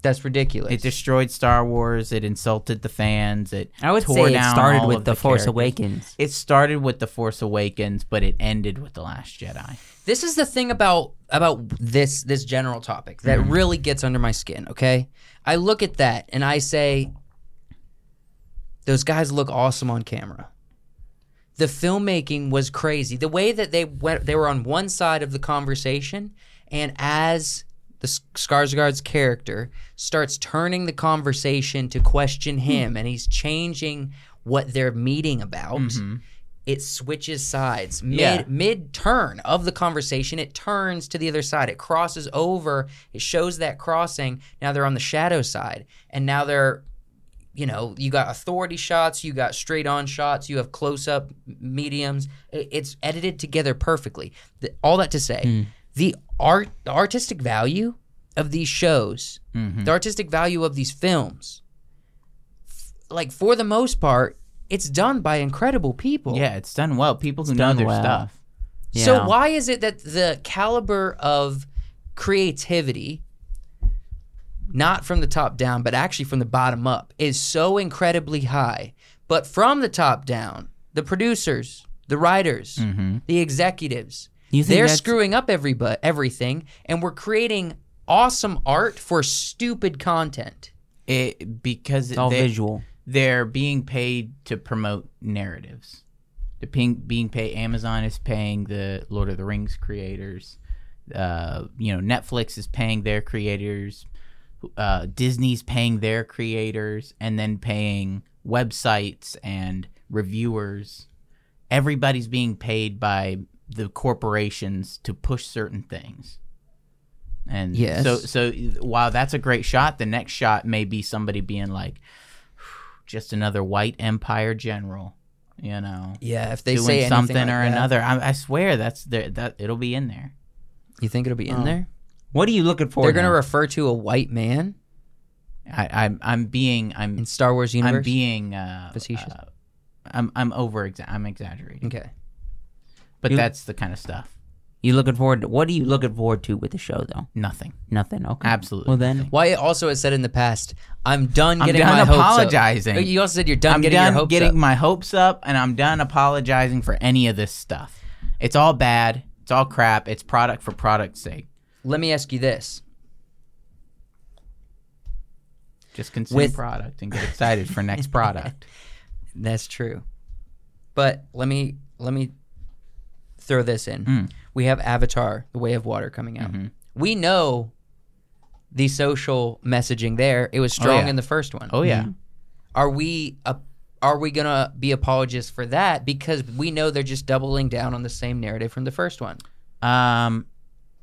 That's ridiculous. It destroyed Star Wars. It insulted the fans. It I would tore say it down started all with of the, Force characters. Awakens. It started with the Force Awakens, but it ended with the Last Jedi. this is the thing about about this this general topic that really gets under my skin okay i look at that and i say those guys look awesome on camera the filmmaking was crazy the way that they went they were on one side of the conversation and as the S- Skarsgård's character starts turning the conversation to question him and he's changing what they're meeting about Mm-hmm. it switches sides mid Yeah. mid turn of the conversation it turns to the other side it crosses over it shows that crossing now they're on the shadow side and now they're you know you got authority shots you got straight on shots you have close up mediums I- it's edited together perfectly Th- all that to say Hmm. the art the artistic value of these shows Mm-hmm. the artistic value of these films f- like for the most part it's done by incredible people Yeah, it's done well. People who know done their well. stuff. so Yeah. why is it that the caliber of creativity, not from the top down, but actually from the bottom up, is so incredibly high? But from the top down, the producers, the writers, Mm. Mm-hmm. the executives, You think they're that's- screwing up everybo- everything, and we're creating awesome art for stupid content. It because It's all they, visual. they're being paid to promote narratives. They're being being paid. Amazon is paying the Lord of the Rings creators. Uh, you know, Netflix is paying their creators. Uh, Disney's paying their creators, and then paying websites and reviewers. Everybody's being paid by the corporations to push certain things. And Yes. so so while that's a great shot, the next shot may be somebody being like, just another white empire general, you know, Yeah, if they say doing anything something like or that, another. I, I swear that's there. That it'll be in there. You think it'll be in Oh. there? What are you looking for? They're going to now? refer to a white man I, I'm I'm being I'm in Star Wars universe. I'm being uh, Facetious? uh, I'm I'm over exa- I'm exaggerating, okay. but You- that's the kind of stuff. you looking forward. To, what are you looking forward to with the show though? Nothing. Nothing. Okay. Absolutely Well then, Why it also has said in the past, I'm done I'm getting done my hopes up." apologizing. You also said you're done I'm getting done your hopes getting up. my hopes up, and I'm done apologizing for any of this stuff. It's all bad. It's all crap. It's product for product's sake. Let me ask you this. Just consume With- product and get excited for next product. That's true. But let me let me throw this in. Mm. Mm-hmm. We have Avatar: The Way of Water coming out. We know the social messaging there. It was strong yeah. in the first one. Mm-hmm. Oh yeah. Are we a are we gonna be apologists for that because we know they're just doubling down on the same narrative from the first one? Um,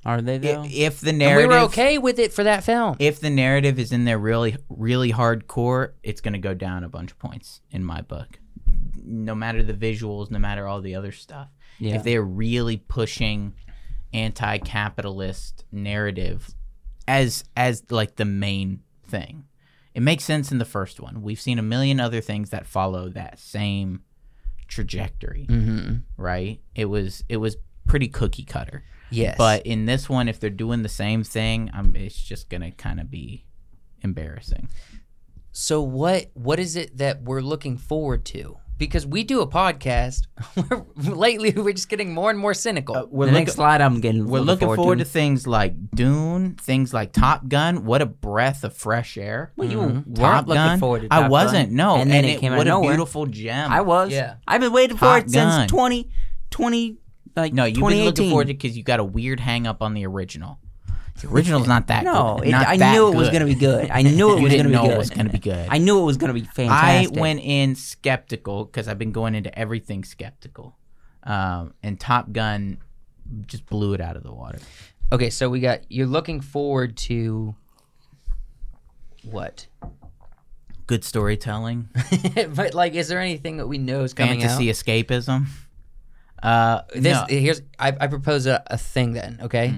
are they i- though? if Mm-hmm. the And we narrative, were okay with it for that film. if the narrative is in there really, really hardcore, it's going to go down a bunch of points in my book. No matter the visuals, no matter all the other stuff. Yeah. If they're really pushing anti-capitalist narrative as as like the main thing, it makes sense in the first one. We've seen a million other things that follow that same trajectory, mm-hmm. right? It was it was pretty cookie cutter. Yes, But in this one, if they're doing the same thing, um, it's just gonna kind of be embarrassing. so what what is it that we're looking forward to because we do a podcast lately we're just getting more and more cynical we're the next slide I'm getting. we're looking forward, to to things like Dune, things like Top Gun. What a breath of fresh air! Well, you weren't Top looking Gun. forward to Top I Gun. wasn't. No, And then it came out what of a nowhere. beautiful gem. I was. Yeah. I've been waiting for Top it Gun. since 20, 20 like no, you've been 2018. looking forward to because you got a weird hang up on the original. The original's not that No, good. it, Not I that knew it was good. gonna be good. I knew it You was didn't gonna be know good. it was gonna be good. I knew it was gonna be I fantastic. went in skeptical because I've been going into everything skeptical, um, and Top Gun just blew it out of the water. Okay, so we got you're looking forward to what? Good storytelling, but like, is there anything that we know is coming fantasy out? escapism. Uh, This no, Hmm. here's I, I propose a, a thing then. Okay,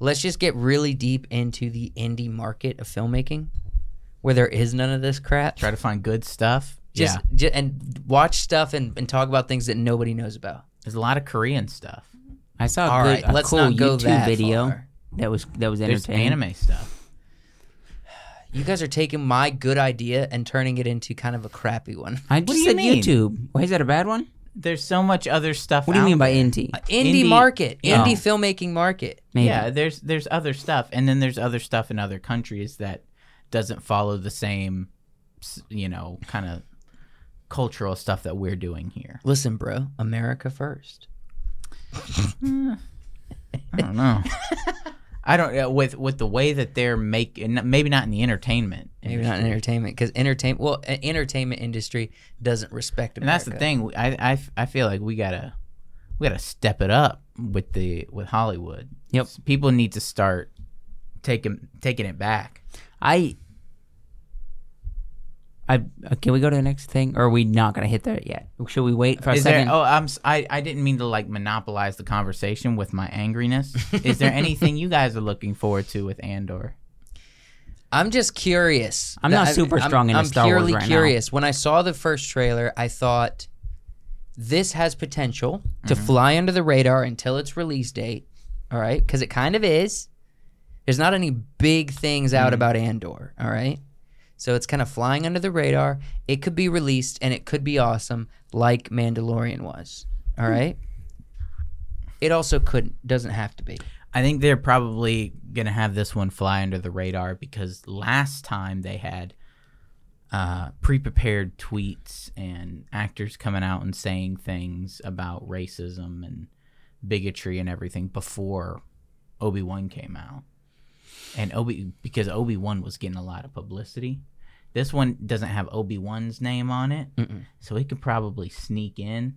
let's just get really deep into the indie market of filmmaking, where there is none of this crap. try to find good stuff. Just, yeah, ju- and watch stuff and, and talk about things that nobody knows about. there's a lot of Korean stuff. I saw a All good, right, a let's cool not go YouTube that video far. that was that was There's entertaining. anime stuff. You guys are taking my good idea and turning it into kind of a crappy one. I just do you said mean? YouTube. Why is that a bad one? There's so much other stuff. What do you out mean by there. indie? Oh. Indie, Indie- market, Yeah. indie filmmaking market. Maybe. Yeah, there's there's other stuff, and then there's other stuff in other countries that doesn't follow the same, s- you know, kind of cultural stuff that we're doing here. Listen, bro, America first. I don't know. I don't uh, with with the way that they're making maybe not in the entertainment, Maybe not in industry. entertainment because entertainment. Well, an entertainment industry doesn't respect. and America. that's the thing. I, I f- I feel like we gotta we gotta step it up with the with Hollywood. Yep. people need to start taking taking it back. I. I uh, can we go to the next thing, or are we not gonna hit that yet? Should we wait for a Is there? second? Oh, I'm. s- I, I didn't mean to like monopolize the conversation with my angriness. Is there anything you guys are looking forward to with Andor? I'm just curious. I'm not That- super I'm- strong into I'm Star Wars purely right now. curious. When I saw the first trailer, I thought this has potential to Mm-hmm. fly under the radar until its release date. All right, because it kind of is. There's not any big things Mm-hmm. out about Andor. All right, so it's kind of flying under the radar. It could be released and it could be awesome, like Mandalorian was. Hmm. All right. It also couldn't. Doesn't have to be. I think they're probably gonna have this one fly under the radar because last time they had uh, pre-prepared tweets and actors coming out and saying things about racism and bigotry and everything before Obi Wan came out, and Obi because Obi Wan was getting a lot of publicity. This one doesn't have Obi Wan's name on it, Mm-mm. so he could probably sneak in,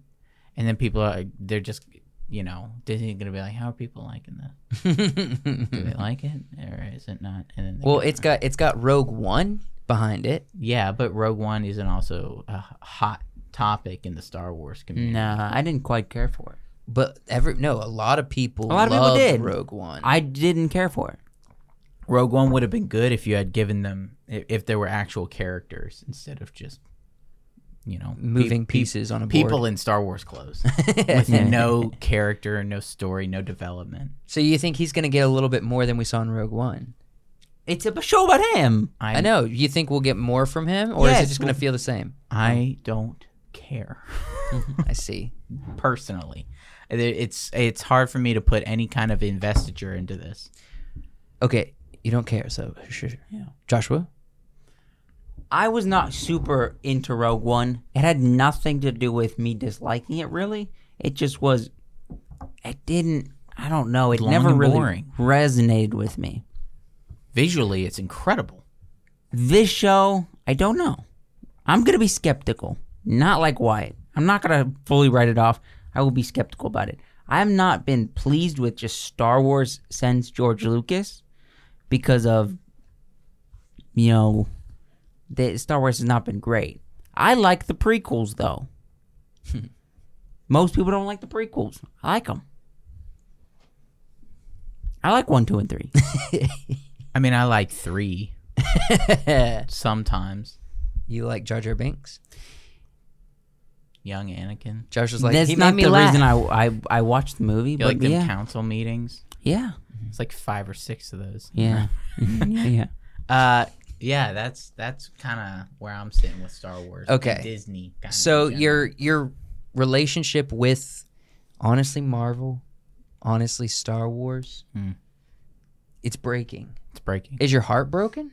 and then people are they're just you know Disney's gonna be like, how are people liking this? Do they like it or is Mm-hmm. it not? And then they well, get- it's got it's got Rogue One behind it. yeah, but Rogue One isn't also a hot topic in the Star Wars community. Nah, I didn't quite care for it. But every no, a lot of people. A lot of people loved did. Rogue One. I didn't care for it. Rogue One would have been good if you had given them if, if there were actual characters instead of just you know pe- Moving pe- pieces on a people board. in Star Wars clothes with no character, no story, no development. so you think he's going to get a little bit more than we saw in Rogue One? It's a show about him. I know. You think we'll get more from him, or is it Yes, just going to feel the same? I don't care. I see. personally. It- It's it's hard for me to put any kind of investiture into this. Okay, you don't care, so sure. Yeah. Joshua. I was not super into Rogue One. It had nothing to do with me disliking it, really. It just was. It didn't. I don't know. It Long never and really boring. resonated with me. Visually, it's incredible. This show, I don't know. I'm gonna be skeptical. Not like Wyatt. I'm not gonna fully write it off. I will be skeptical about it. I have not been pleased with just Star Wars since George Lucas because of you know that Star Wars has not been great. I like the prequels though. Most people don't like the prequels. I like them. I like one, two, and three. I mean, I like three sometimes. You like Jar Jar Binks? Young Anakin. Joshua's like That's he not made me the laugh. reason I, I I watched the movie, You but like them yeah, council meetings? yeah, It's like five or six of those. yeah, Mhm, yeah. Uh, yeah. That's that's kind of where I'm sitting with Star Wars. and Okay. Disney. Kinda so in general. your your relationship with honestly Marvel, honestly Star Wars, Hmm. it's breaking. it's breaking. Is your heart broken?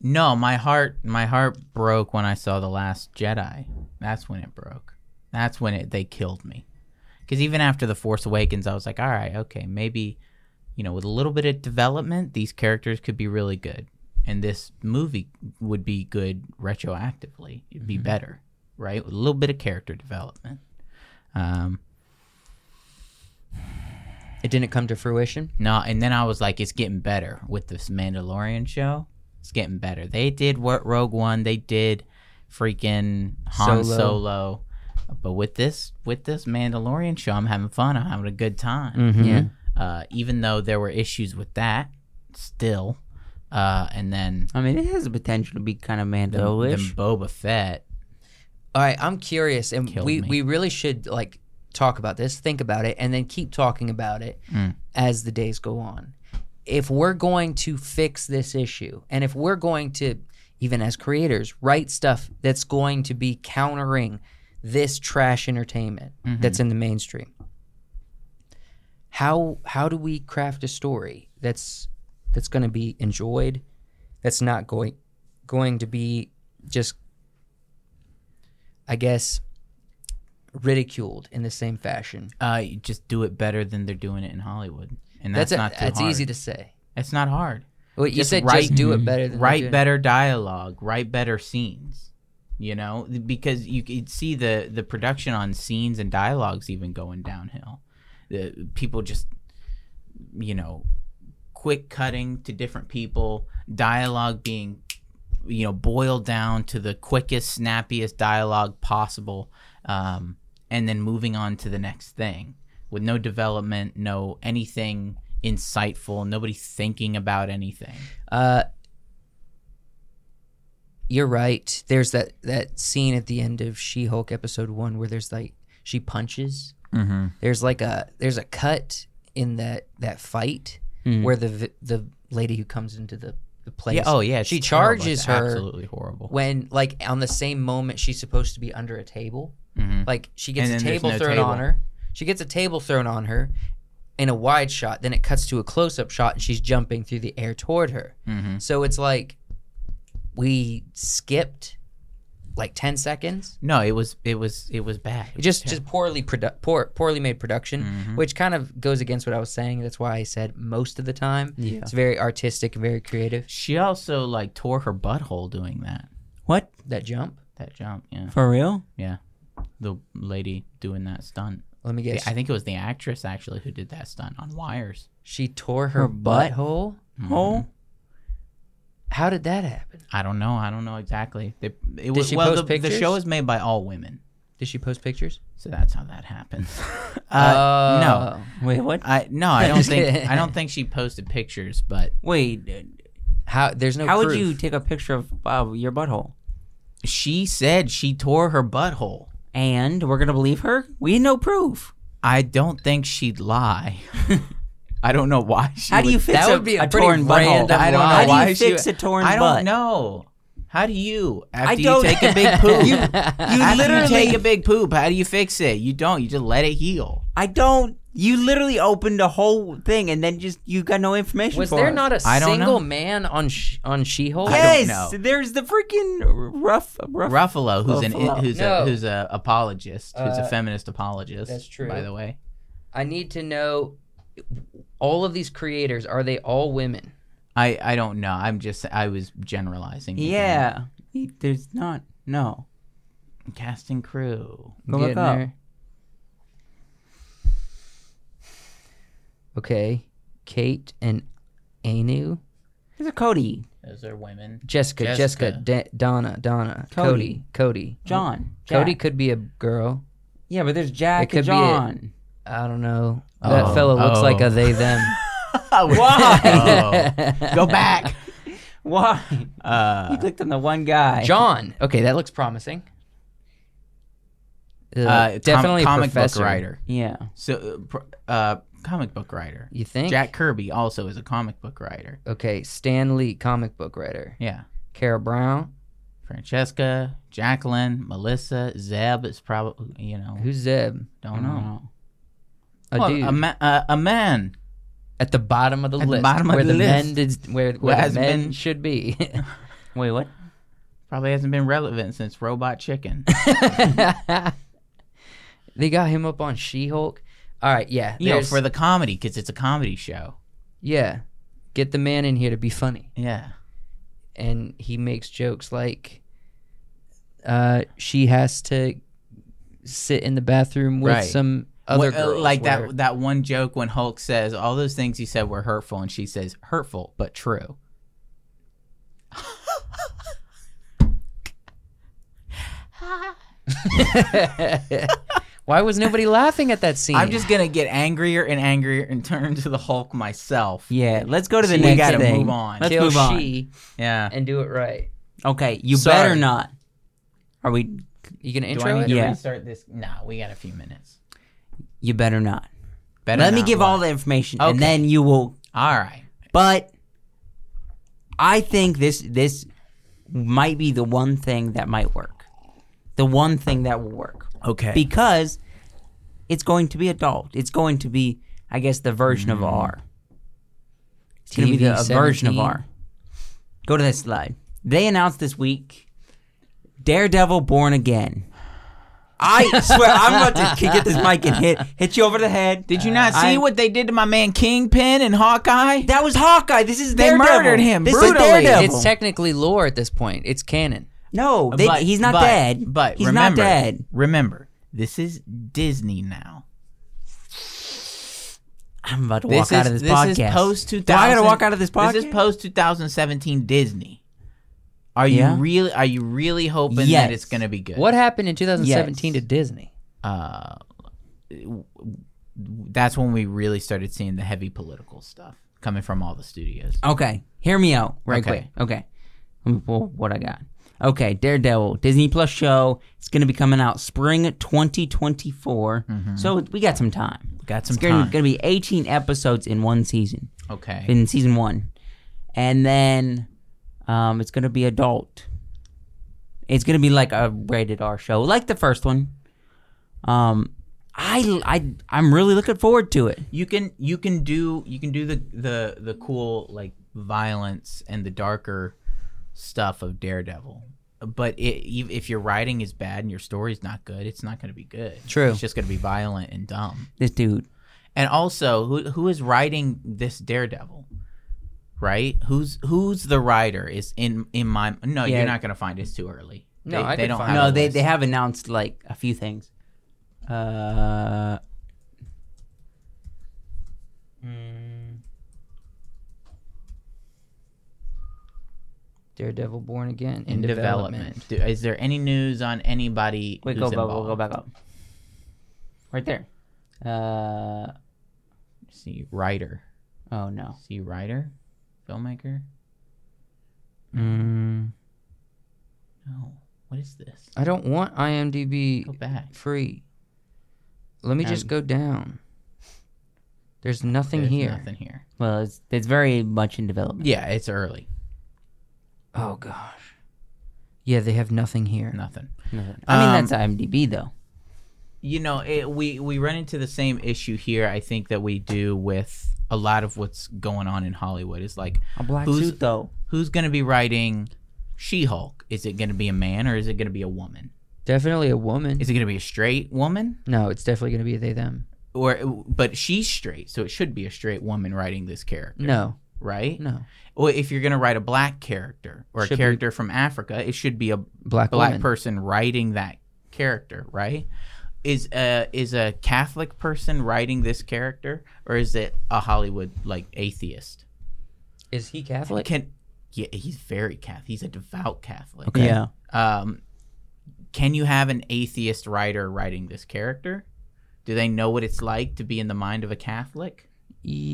No, my heart my heart broke when I saw The Last Jedi. That's when it broke. That's when it they killed me. Cuz even after The Force Awakens, I was like, "All right, okay, maybe you know, with a little bit of development, these characters could be really good. And this movie would be good retroactively. It'd be better, right? With a little bit of character development. Um, It didn't come to fruition. no, and then I was like, it's getting better with this Mandalorian show. It's getting better. They did what Rogue One. They did freaking Han Solo. Solo. But with this, with this Mandalorian show, I'm having fun. I'm having a good time. Yeah. Uh, even though there were issues with that, still. Uh, and then I mean, it has the potential to be kind of the, Mando-ish. Boba Fett. All right, I'm curious, and Killed we me. we really should like talk about this, think about it, and then keep talking about it Mm. as the days go on. If we're going to fix this issue, and if we're going to, even as creators, write stuff that's going to be countering this trash entertainment Mm-hmm. that's in the mainstream, how how do we craft a story that's that's going to be enjoyed, that's not going going to be just I guess, ridiculed in the same fashion. Uh, you just do it better than they're doing it in Hollywood, and that's, That's a- not too that's hard. easy to say. It's not hard. Wait, you Just said write- just do it better than write do it. better dialogue, write better scenes. You know, because you could see the the production on scenes and dialogues even going downhill. The people just, you know, quick cutting to different people, dialogue being, you know, boiled down to the quickest, snappiest dialogue possible, um, and then moving on to the next thing with no development, no anything insightful, nobody thinking about anything. Uh, you're right. There's that that scene at the end of She-Hulk episode one where there's like she punches. Mm-hmm. There's like a there's a cut in that that fight Mm. where the vi- the lady who comes into the the place. Hmm. Yeah. Oh, yeah. it's She terrible. charges It's her Absolutely horrible. When like on the same moment she's supposed to be under a table. Mhm. Like she gets And a then there's table no thrown table. on her. She gets a table thrown on her in a wide shot. Then it cuts to a close up shot and she's jumping through the air toward her. Mhm. So it's like we skipped like 10 seconds. No, it was it was it was bad. It It was just terrible. just poorly produ- poor, poorly made production, Mhm. which kind of goes against what I was saying. That's why I said most of the time. Yeah. It's very artistic and very creative. she also like tore her butthole doing that What? That jump. that jump. Yeah, For real? yeah. The lady doing that stunt. Let me guess. I think it was the actress actually who did that stunt on wires. Hmm. she tore her, Her butt? butthole. Oh, How did that happen? I don't know. I don't know exactly. They, it Did was she well. post the, the pictures? show is made by all women, Did she post pictures? so that's how that happens. uh, no, Oh. wait, what? I no, I don't Just think kidding. I don't think she posted pictures, but Wait, uh, How there's no. how would proof. you take a picture of uh, your butthole? she said she tore her butthole. And we're gonna believe her? We had no proof. I don't think she'd lie. I don't know why she. How do you would- fix that a, would be a a pretty torn butthole? random I don't know lie. How do you why she. fix a torn I butt? don't know. How do you after I you don't- take a big poop? You- you after literally- take a big poop. How do you fix it? You don't. You just let it heal. I don't. You literally opened a whole thing and then just you got no information. Was for there us. not a I don't single know. man on sh- on She-Hulk? I don't Yes, know. there's the freaking rough, rough. Ruffalo, who's Ruffalo. an who's No. a who's a apologist, who's Uh, a feminist apologist. that's true. By the way, I need to know all of these creators. Are they all women? I I don't know. I'm just I was generalizing. again. Yeah, He- there's not. No, casting crew. go look Getting up. there. Okay, Kate and Anu, There's a E. Cody, Those are women. Jessica, Jessica, Jessica. Da- Donna, Donna, Cody, Cody. Cody, John, Jack. Cody could be a girl. Yeah, but there's Jack It could and be a- John. I don't know. That Oh, fella looks oh. like a they them. Whoa! Go back. Why? Uh, You clicked on the one guy. John. Okay, that looks promising. Uh, uh, com- definitely a comic professor. book writer. Yeah. So, uh, pr- uh, comic book writer. You think? Jack Kirby also is a comic book writer. Okay, Stan Lee, comic book writer. Yeah, Cara Brown. Francesca, Jacqueline, Melissa, Zeb is probably you know Who's Zeb? don't know. A Well, dude a, ma- uh, a man. at the bottom of the At the list, bottom of where the men list. did, where, Where where the has men been- should be. Wait, what? Probably hasn't been relevant since Robot Chicken. they got him up on She-Hulk. All right, yeah. you know, there's- for the comedy because it's a comedy show. Yeah. Get the man in here to be funny. Yeah. And he makes jokes like uh, she has to sit in the bathroom with Right. some other Wh- uh, girls. like where- that that one joke when Hulk says all those things you said were hurtful, and she says hurtful but true. Why was nobody laughing at that scene? I'm just gonna get angrier and angrier and turn to the Hulk myself. Yeah, let's go to the See, we next gotta thing. move on. Let's kill move on. she Yeah. and do it right. Okay, you Sorry. better not. Are we? You gonna Do intro I it? need to Yeah. restart this? Nah, we got a few minutes. You better not. Better Let me not give what? all the information, Okay. and then you will. All right. But I think this this might be the one thing that might work. The one thing that will work Okay. because it's going to be adult. It's going to be, I guess, the version Mm. of R. It's going to be the a version of TV-17. R. Go to that slide. They announced this week Daredevil Born Again. I swear, I'm about to get this mic and hit hit you over the head. Did you not see Uh, I- what they did to my man Kingpin and Hawkeye? That was Hawkeye. This is They Daredevil. murdered him This brutally. is Daredevil. It's technically lore at this point. It's canon. no, they, But- he's not but- dead. But he's remember, not dead. Remember, this is Disney now. I'm about to This walk is out of this, this podcast. is post two Do thousand. I gotta walk out of this podcast? This is post two thousand seventeen Disney. Are you Yeah. really? Are you really hoping Yes. that it's gonna be good? What happened in 2017 Yes. to Disney? Uh, that's when we really started seeing the heavy political stuff coming from all the studios. Okay, hear me out right Okay. quick. Okay, let me pull what I got. Okay, Daredevil Disney Plus show. It's gonna be coming out spring 2024. So we got some time. Got Mm-hmm. some It's gonna, time. gonna be 18 episodes in one season. Okay. In season one, and then um, it's gonna be adult. It's gonna be like a rated R show, like the first one. Um, I I I'm really looking forward to it. you can you can do you can do the the the cool like violence and the darker stuff of Daredevil. But it, if if your writing is bad and your story's not good, it's not going to be good. True. It's just going to be violent and dumb. This dude. And also, who who is writing this Daredevil? Right? Who's who's the writer? Is in in my no? Yeah. You're not going to find it's too early. No, I could find have it. No, a they, list. they have announced like a few things. Uh, Daredevil Born Again in, in development. development. Do- Is there any news on anybody? wait, who's go back, we'll involved? go back up. Right there. Uh, See writer. oh no. See writer, filmmaker. Mm, No, what is this? I don't want IMDb Go back. free. Let me just Um, go down. There's nothing There's here. Nothing here. Well, it's it's very much in development. Yeah, it's early. Oh gosh. Yeah, they have nothing here. Nothing. I mean Um, that's IMDb though. You know, it, we we run into the same issue here. I think that we do with a lot of what's going on in Hollywood. Is like A black who's- suit though. who's going to be writing She-Hulk? Is it going to be a man or is it going to be a woman? Definitely a woman. Is it going to be a straight woman? no, it's definitely gonna be they them. Or but she's straight, so it should be a straight woman writing this character, No, right? no. Or if you're going to write a black character or Should a be- character from Africa, it should be a Black, black woman. person writing that character, right? Is a is a Catholic person writing this character, or is it a Hollywood like atheist? Is he Catholic? Can yeah, he's very Catholic. He's a devout Catholic. Okay. Yeah. Um, can you have an atheist writer writing this character? Do they know what it's like to be in the mind of a Catholic?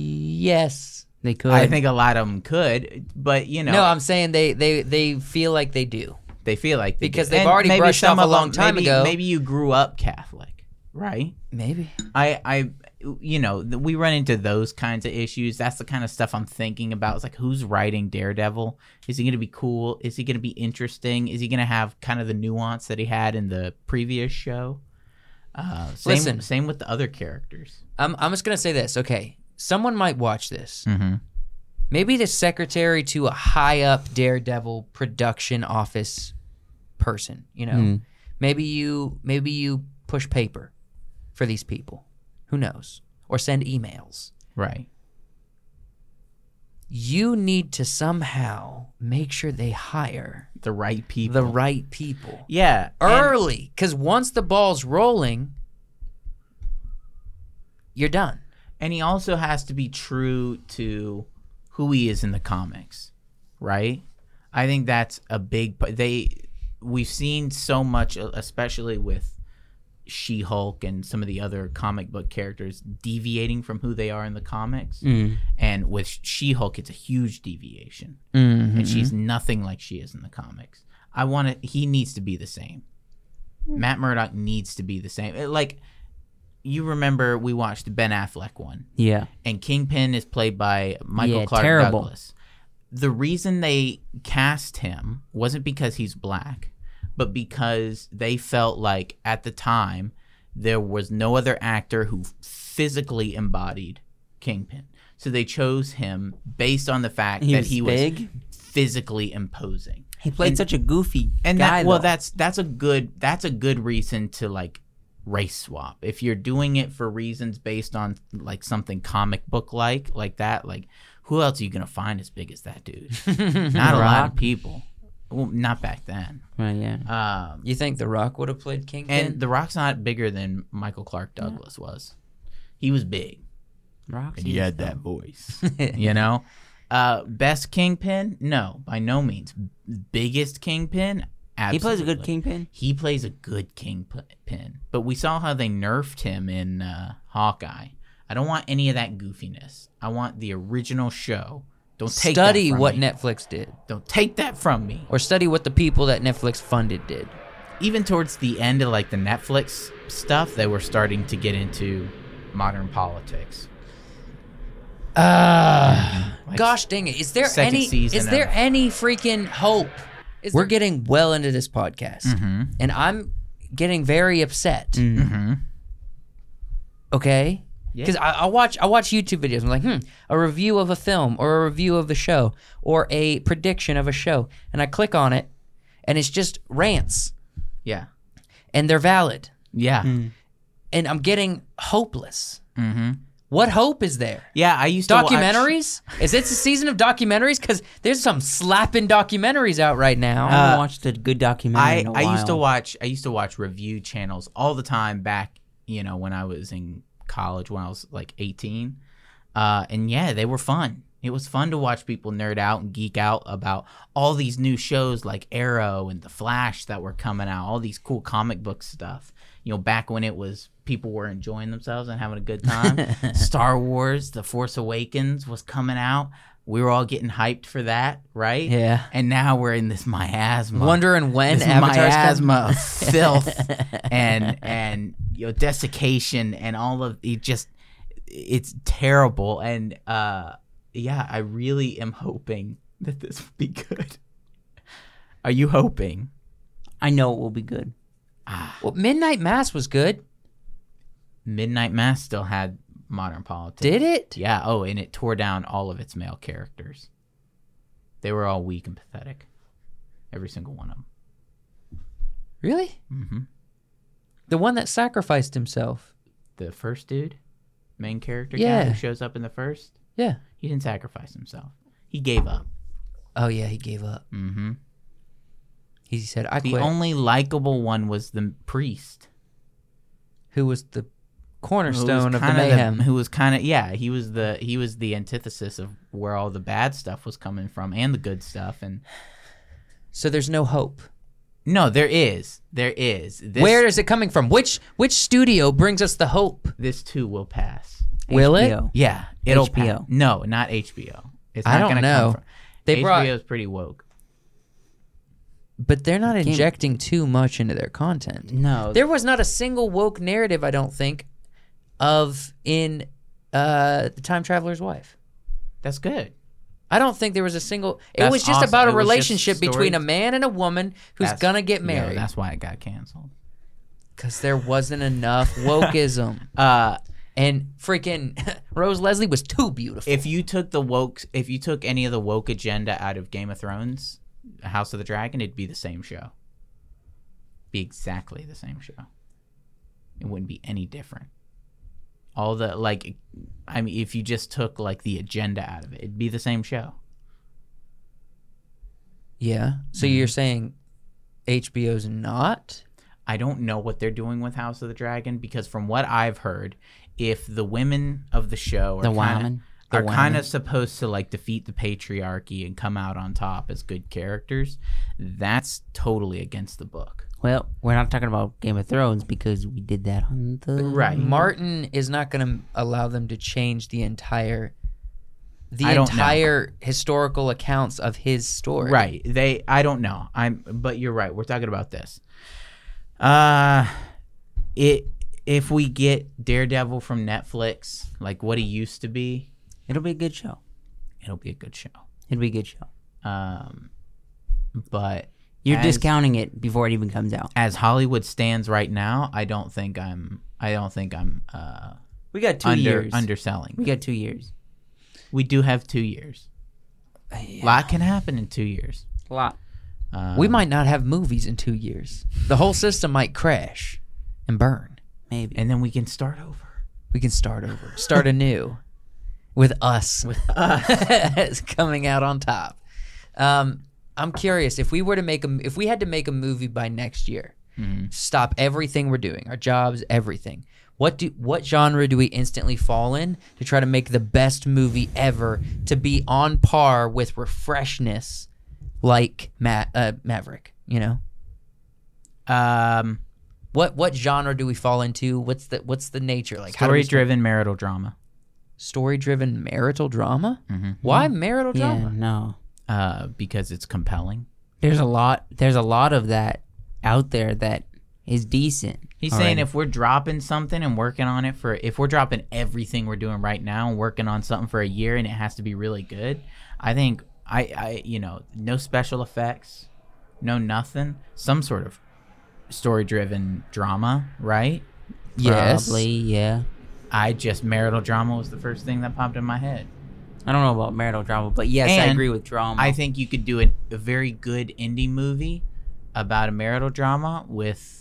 yes. They could. I think a lot of them could, but you know, No. I'm saying they they they feel like they do. they feel like they Because do. they've And already maybe brushed some off a of long 'em- time maybe- ago. Maybe you grew up Catholic, right? Maybe. I, I, you know, th- we run into those kinds of issues. That's the kind of stuff I'm thinking about. It's like, who's writing Daredevil? Is he going to be cool? Is he going to be interesting? Is he going to have kind of the nuance that he had in the previous show? Uh, same, Listen. same with the other characters. I'm I'm just gonna say this. Okay, someone might watch this. Mm-hmm. Maybe the secretary to a high up Daredevil production office person. You know, Mm. maybe you maybe you push paper for these people. Who knows? Or send emails. Right. you need to somehow make sure they hire the right people. the right people yeah. and- early because once the ball's rolling, you're done. and he also has to be true to who he is in the comics, right? I think that's a big p- they we've seen so much uh, especially with She-Hulk and some of the other comic book characters deviating from who they are in the comics. Mm-hmm. And with She-Hulk it's a huge deviation. Mm-hmm. And she's nothing like she is in the comics. I want to he needs to be the same. Matt Murdock needs to be the same. It- Like you remember we watched the Ben Affleck one Yeah. and Kingpin is played by Michael Yeah, Clark terrible. Douglas. The reason they cast him wasn't because he's black, but because they felt like at the time there was no other actor who physically embodied Kingpin. So they chose him based on the fact He that was he was big? physically imposing. He played such a goofy And guy. that well though. that's that's a good that's a good reason to like race swap. If you're doing it for reasons based on like something comic book like like that, like who else are you gonna find as big as that dude? not a lot of Rock? people. Well, not back then. Right, yeah. Um You think The Rock would have played Kingpin? and The Rock's not bigger than Michael Clark Douglas was. He was big. Roxy. had that voice. you know? Uh best kingpin? No, by no means. Biggest kingpin? He Absolutely. plays a good kingpin. He plays a good kingpin, but we saw how they nerfed him in uh, Hawkeye. I don't want any of that goofiness. I want the original show. Don't take study that from what me. Netflix did, Don't take that from me. or study what the people that Netflix funded did. Even towards the end of like the Netflix stuff, they were starting to get into modern politics. Ah, Like, gosh dang it! Is there second any? season Is there of- any freaking hope? Mm-hmm. We're getting well into this podcast, and I'm getting very upset. Mhm. okay? Yeah. Because I, I watch I watch YouTube videos. I'm like, hmm, a review of a film or a review of a show or a prediction of a show, and I click on it, and it's just rants, Yeah. and they're valid, Yeah. Mm. and I'm getting hopeless. hmm What hope is there? Yeah. I used to watch- Documentaries? Is it a season of documentaries? Because there's some slapping documentaries out right now. I haven't watched a good documentary. Uh, I, in a I used to while. watch I used to watch review channels all the time back you know when I was in college when I was like 18 uh, and yeah they were fun it was fun to watch people nerd out and geek out about all these new shows like Arrow and The Flash that were coming out all these cool comic book stuff you know back when it was people were enjoying themselves and having a good time Star Wars The Force Awakens was coming out we were all getting hyped for that right Yeah. and now we're in this miasma Wondering when this Avatar's coming. miasma of filth and and you know desiccation and all of it just it's terrible and uh yeah i really am hoping that this will be good are you hoping I know it will be good. Well, Midnight Mass was good. midnight mass still had modern politics Did it? yeah oh and it tore down all of its male characters they were all weak and pathetic every single one of them Really? mm-hmm. The one that sacrificed himself. the first dude main character guy Yeah. who shows up in the first Yeah. He didn't sacrifice himself. He gave up. Oh yeah, he gave up. Mm-hmm. He said, "I The quit." only likable one was the priest. who was the who was cornerstone of the kinda mayhem? who was kind of yeah. He was the he was the antithesis of where all the bad stuff was coming from and the good stuff. And so there's no hope. no, there is, there is. This, Where is it coming from? Which which studio brings us the hope? this too will pass. Will it? HBO. Yeah, it'll HBO. pa- No, not HBO. It's I not don't gonna know. Come from, They HBO brought- is pretty woke. But they're not injecting too much into their content. No. There was not a single woke narrative, I don't think, of in uh, the time traveler's wife. That's good. I don't think there was a single. It That's was just awesome. about a It was just relationship between a stories. man and a woman who's That's- gonna get yeah, married that's why it got canceled. because there wasn't enough wokeism. Uh, and freaking Rose Leslie was too beautiful. if you took the woke if you took any of the woke agenda out of game of thrones house of the dragon it'd be the same show be exactly the same show it wouldn't be any different all the like i mean if you just took like the agenda out of it it'd be the same show Yeah. So Mm-hmm. you're saying HBO's not? i don't know what they're doing with house of the dragon because from what i've heard if the women of the show are The kinda- women? The are kind women? of supposed to like defeat the patriarchy and come out on top as good characters that's totally against the book Well, we're not talking about Game of Thrones because we did that on the Right. Martin is not going to allow them to change the entire the I don't know. entire historical accounts of his story. Right. They I don't know. I'm but you're right. We're talking about this. Uh it if we get Daredevil from Netflix, like what he used to be, It'll be a good show. it'll be a good show. It'll be a good show. Um but You're As- discounting it before it even comes out. as Hollywood stands right now, I don't think I'm I don't think I'm uh We got two under years. underselling. We got two years. We do have 2 years. A lot can happen in 2 years. A lot. Um, We might not have movies in 2 years. The whole system might crash and burn. Maybe. and then we can start over. We can start over. Start anew with us. With us coming out on top. Um I'm curious if we were to make a if we had to make a movie by next year. Stop everything we're doing, our jobs, everything. What do what genre do we instantly fall in to try to make the best movie ever to be on par with refreshness like Ma- uh, Maverick, you know? Um What what genre do we fall into? What's the what's the nature like? how do we story driven marital drama. story driven marital drama? Mhm. Why marital yeah, drama? no. uh, because it's compelling. There's a lot there's a lot of that out there that is decent. He's All saying right. if we're dropping something and working on it for, if we're dropping everything we're doing right now and working on something for a year and it has to be really good, I think I, I, you know, no special effects, no nothing, some sort of story-driven drama, right? Yes. Probably, yeah. I just marital drama was the first thing that popped in my head. I don't know about marital drama, but yes, I And agree with drama. I think you could do an, a very good indie movie about a marital drama with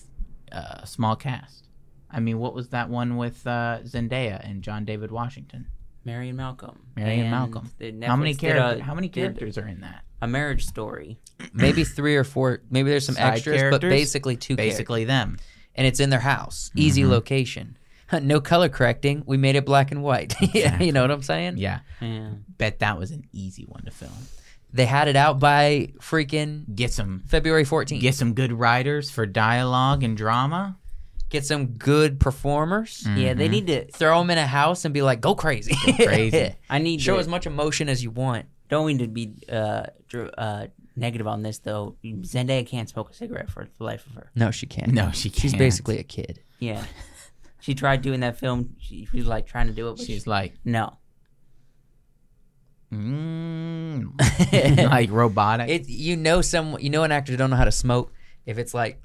uh, a small cast. I mean, what was that one with uh, Zendaya and John David Washington? Mary and Malcolm. Mary and Malcolm. how many Netflix did uh, characters? a- How many did characters are in that? A marriage story. maybe three or four. Maybe there's some Side extras, but characters? basically two characters. Basically, them. And it's in their house, easy location. no color correcting. We made it black and white. yeah, you know what I'm saying? Yeah, Yeah. bet that was an easy one to film. They had it out by freaking Get some, February 14th. get some good writers for dialogue and drama. Get some good performers. Yeah, they need to Throw them in a house and be like, go crazy. crazy. I need Show to, as much emotion as you want. don't mean to be uh, dr- uh, negative on this though. Zendaya can't smoke a cigarette for the life of her. No, she can't. No, she can't. She's basically a kid. Yeah, she tried doing that film. She, she was like trying to do it, but She's she's like, no. mm, like robotic. It you know some you know an actor don't know how to smoke if it's like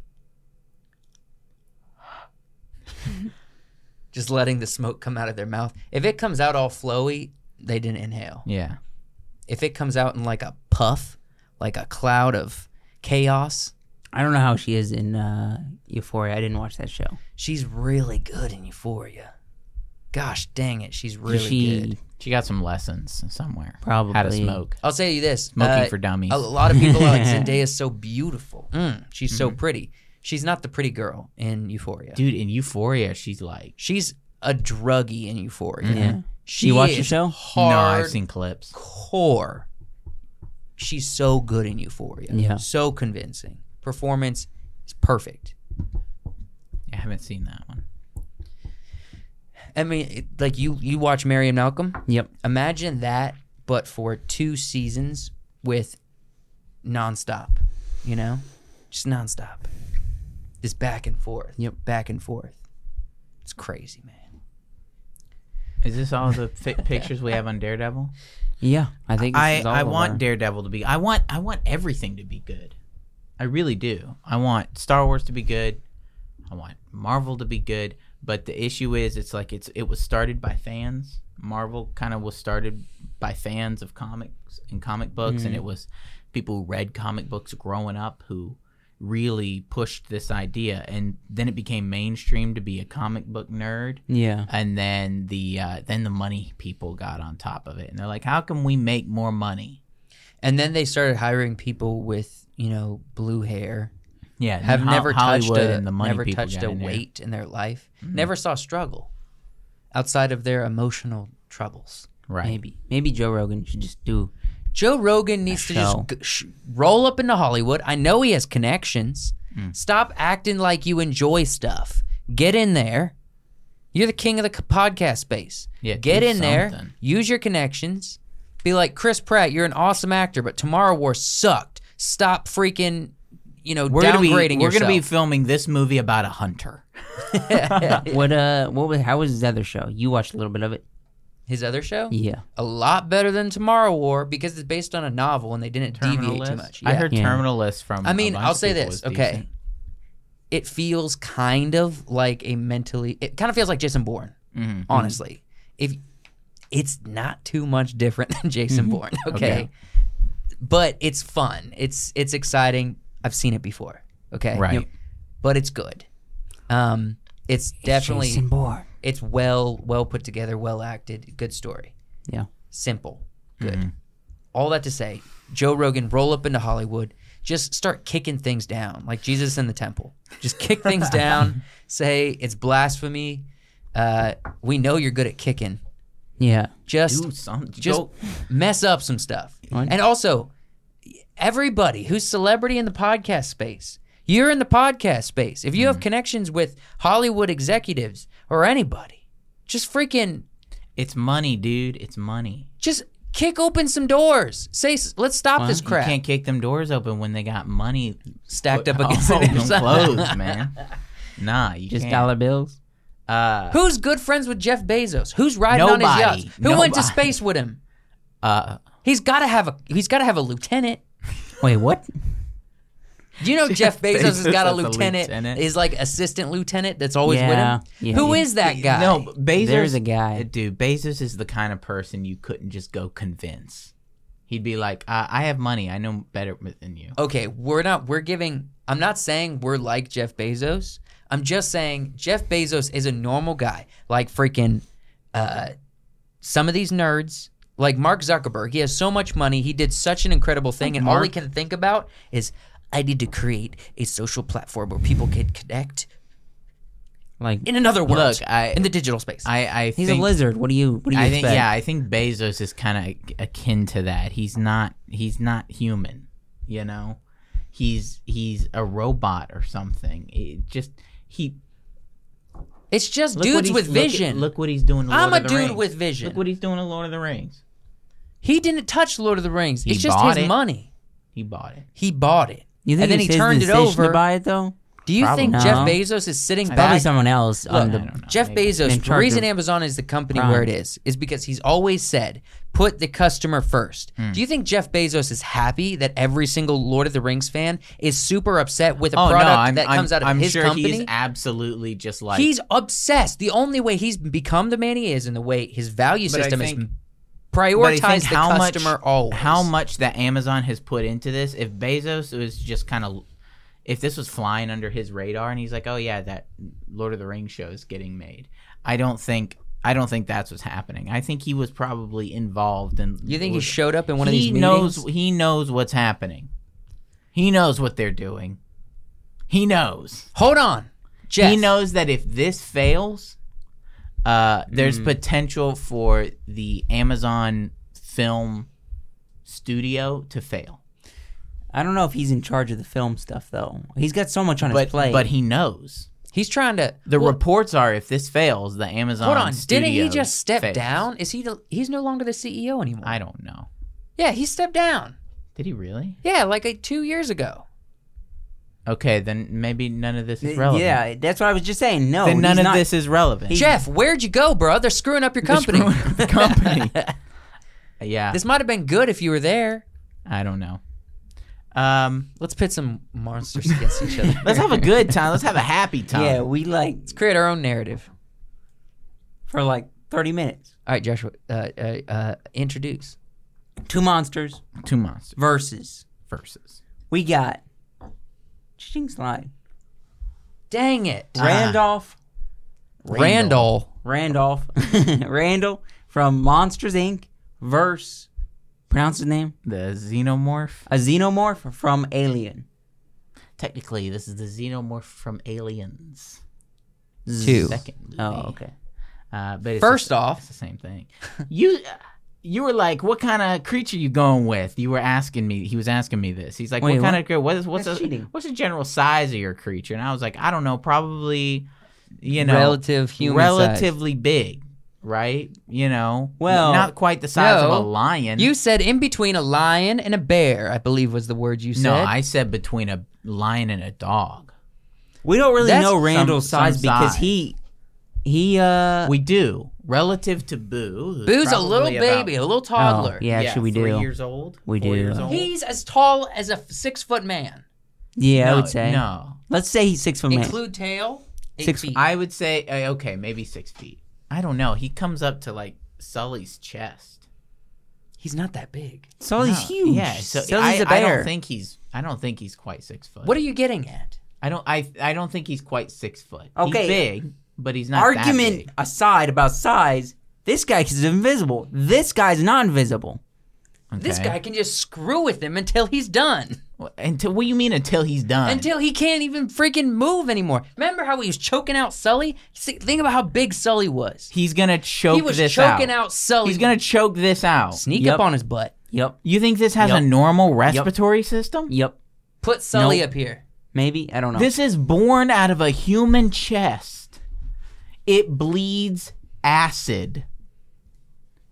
just letting the smoke come out of their mouth. If it comes out all flowy, they didn't inhale. yeah, If it comes out in like a puff, like a cloud of chaos, I don't know how she is in uh, Euphoria. I didn't watch that show. she's really good in Euphoria. Gosh dang it, she's really she good. she got some lessons somewhere. how to Probably. smoke. I'll tell you this: Smoking uh, for Dummies. A lot of people are like Zendaya is so beautiful. Mm-hmm. Mm, she's so pretty. She's not the pretty girl in Euphoria. Dude, in Euphoria, she's like. She's a druggie in Euphoria. Yeah. She You watch the is show? Hard Mm-hmm. No, I've seen clips. core. She's so good in Euphoria. Yeah. So convincing. Performance is perfect. I haven't seen that one. I mean, it, like you you watch Mary and Malcolm. Yep. Imagine that, but for two seasons with nonstop. You know, just nonstop. This back and forth. Yep. Back and forth. It's crazy, man. Is this all the fi- pictures we have on Daredevil? Yeah, I think this I, is all I of want her. Daredevil to be. I want I want everything to be good. I really do. I want Star Wars to be good. I want Marvel to be good. But the issue is, it's like it's it was started by fans. Marvel kind of was started by fans Mm-hmm. of comics and comic books, and it was people who read comic books growing up who really pushed this idea, and then it became mainstream to be a comic book nerd. Yeah. And then the uh, then the money people got on top of it, and they're like, "How can we make more money?" And then they started hiring people with you know blue hair, Yeah, have Mm-hmm. Ho- never touched Hollywood a and the money never people touched got a in there. Mm-hmm. weight in their life, never saw struggle outside of their emotional troubles. right? Maybe maybe Joe Rogan should just do Joe Rogan needs to show. just g- sh- roll up into Hollywood. I know he has connections. Hmm. Stop acting like you enjoy stuff. Get in there. You're the king of the c- podcast space. Yeah, Get do in there. something. Use your connections. Be like Chris Pratt. You're an awesome actor, but Tomorrow War sucked. Stop freaking, you know, We're gonna be downgrading we're gonna be yourself. filming this movie about a hunter. what uh what was how was his other show? You watched a little bit of it. His other show, Yeah. a lot better than Tomorrow War because it's based on a novel and they didn't deviate too much. I Yeah. heard Yeah. Terminal List from. I a mean, bunch I'll of say people this, was okay? decent. It feels kind of like a mentally. It kind of feels like Jason Bourne, Mhm. honestly. If it's not too much different than Jason Bourne, okay? Okay. But it's fun. It's it's exciting. I've seen it before, okay? Right. Yep. But it's good. Um, it's definitely Jason Bourne. it's well well put together, well acted, good story. Yeah. Simple. Good. All that to say, Joe Rogan roll up into Hollywood, just start kicking things down like Jesus in the temple. Just kick things down, say it's blasphemy. Uh, we know you're good at kicking. Yeah. Just Do something. just Go- mess up some stuff. Right. And also, everybody who's celebrity in the podcast space, you're in the podcast space. If you Mm. have connections with Hollywood executives or anybody, just freaking it's money, dude. It's money. just kick open some doors. Say s- let's stop this crap. Oh, You can't kick them doors open when they got money Stacked up against the all other them side. clothes, man. Nah, you Just can't. dollar bills. Uh, Who's good friends with Jeff Bezos? Who's riding on his Nobody. yachts? Who went to Nobody. space with him? uh, He's got to have a he's got to have a lieutenant. Wait, what? Do you know Jeff Bezos, has Bezos got a has a lieutenant, lieutenant. is like assistant lieutenant that's always Yeah, with him? yeah. Who is that guy? no, Bezos. Uh, There's a guy. Dude, Bezos is the kind of person you couldn't just go convince. He'd be like, uh, "I have money. I know better than you." okay, we're not we're giving I'm not saying we're like Jeff Bezos. I'm just saying Jeff Bezos is a normal guy. Like freaking uh some of these nerds, like Mark Zuckerberg, he has so much money, he did such an incredible thing, and all he can think about is I need to create a social platform where people can connect Like in another world. Look, I- in the digital space. I, I he's think, a lizard. What do you what do you I expect? think, yeah, I think Bezos is kind of akin to that. He's not, he's not human. You know, he's he's a robot or something. It just he it's just look what dudes he's- with look at- vision. Look, what he's doing. in Lord I'm of a the dude Rings. with vision. Look what he's doing in Lord of the Rings. he didn't touch Lord of the Rings. He It's just bought his it. money. He bought it. He bought it. you think and then it's he his turned it decision over. To buy it though. Do you think Probably. Jeff No. Bezos is sitting Probably back? someone else on I don't the know, Jeff maybe. Bezos, the in charge reason of- Amazon is the company Prime. where it is, is because he's always said, put the customer first. Hmm. Do you think Jeff Bezos is happy that every single Lord of the Rings fan is super upset with a Oh product no, I'm, that I'm, comes out of I'm his sure company? he's absolutely just like He's obsessed. The only way he's become the man he is and the way his value But I system is think- But I prioritize think the customer much, always. How much that Amazon has put into this? If Bezos was just kind of, if this was flying under his radar, and he's like, "Oh yeah, that Lord of the Rings show is getting made," I don't think. I don't think that's what's happening. I think he was probably involved in. You think he was- showed up in one of he these meetings? knows. He knows what's happening. He knows what they're doing. He knows. Hold on, Jeff. He knows that if this fails, uh, Mm. there's potential for the Amazon film studio to fail. I don't know if he's in charge of the film stuff though. He's got so much on But his plate. but he knows. He's trying to. The Well, reports are if this fails, the Amazon Hold on, studio didn't he just step fails. down? Is he? The, he's no longer the CEO anymore. I don't know. yeah, he stepped down. Did he really? Yeah, like uh, two years ago. Okay, then maybe none of this is relevant. yeah, that's what I was just saying. No, Then none he's of not- this is relevant. Jeff, where'd you go, bro? They're screwing up your They're company. screwing up the company. yeah. this might have been good if you were there. I don't know. Um, Let's pit some monsters against each other. let's have a good time. Let's have a happy time. Yeah, we like create our own narrative. for like thirty minutes. All right, Joshua, uh, uh, uh, introduce. Two monsters Two monsters versus versus. we got Ching slide. Dang it. Ah. Uh, Randolph. Randall. Randolph. Randall from Monsters Inc. verse pronounce his name? The xenomorph. A xenomorph from Alien. Technically, this is the xenomorph from Aliens. Two. Second movie. Oh, okay. Uh, but it's First the, off- it's the same thing. You, you were like, "What kind of creature you going with?" You were asking me. He was asking me this. He's like, Wait, "What kind what? of creature? What is, what's That's the cheating. what's the general size of your creature?" And I was like, "I don't know. Probably, you know, Relative human size. relatively big, right? You know, Well, not quite the size of no. a lion. You said in between a lion and a bear, I believe was the word you said. no, I said between a lion and a dog. We don't really That's know Randall's some- size some because size. he he uh We do relative to Boo. who's Boo's a little probably about- Oh, baby, a little toddler. yeah. actually we three do. years old. We four do. Years old. He's as tall as a f- six foot man. yeah, I No, would say. no. Let's say he's six foot man. Include tail, eight Six- feet. I would say uh, okay, maybe six feet. I don't know. He comes up to like Sully's chest. He's not that big. so he's No, huge. Yeah, so I, he's a I bear. don't think he's. I don't think he's quite six foot. What are you getting at? I don't. I. I don't think he's quite six foot. Okay. He's big, but he's not. that Argument big. aside about size, this guy is invisible. This guy's not invisible. This Okay. guy can just screw with him until he's done. Well, Until what do you mean until he's done? Until he can't even freaking move anymore. Remember how he was choking out Sully? See, think about how big Sully was. he's gonna choke He was this choking out, Sully. He's gonna choke this out. Oh, sneak Yep. up on his butt. Yep. You think this has Yep. a normal respiratory system? Yep. Put Sully Nope. up here. Maybe. I don't know. This is born out of a human chest. It bleeds acid.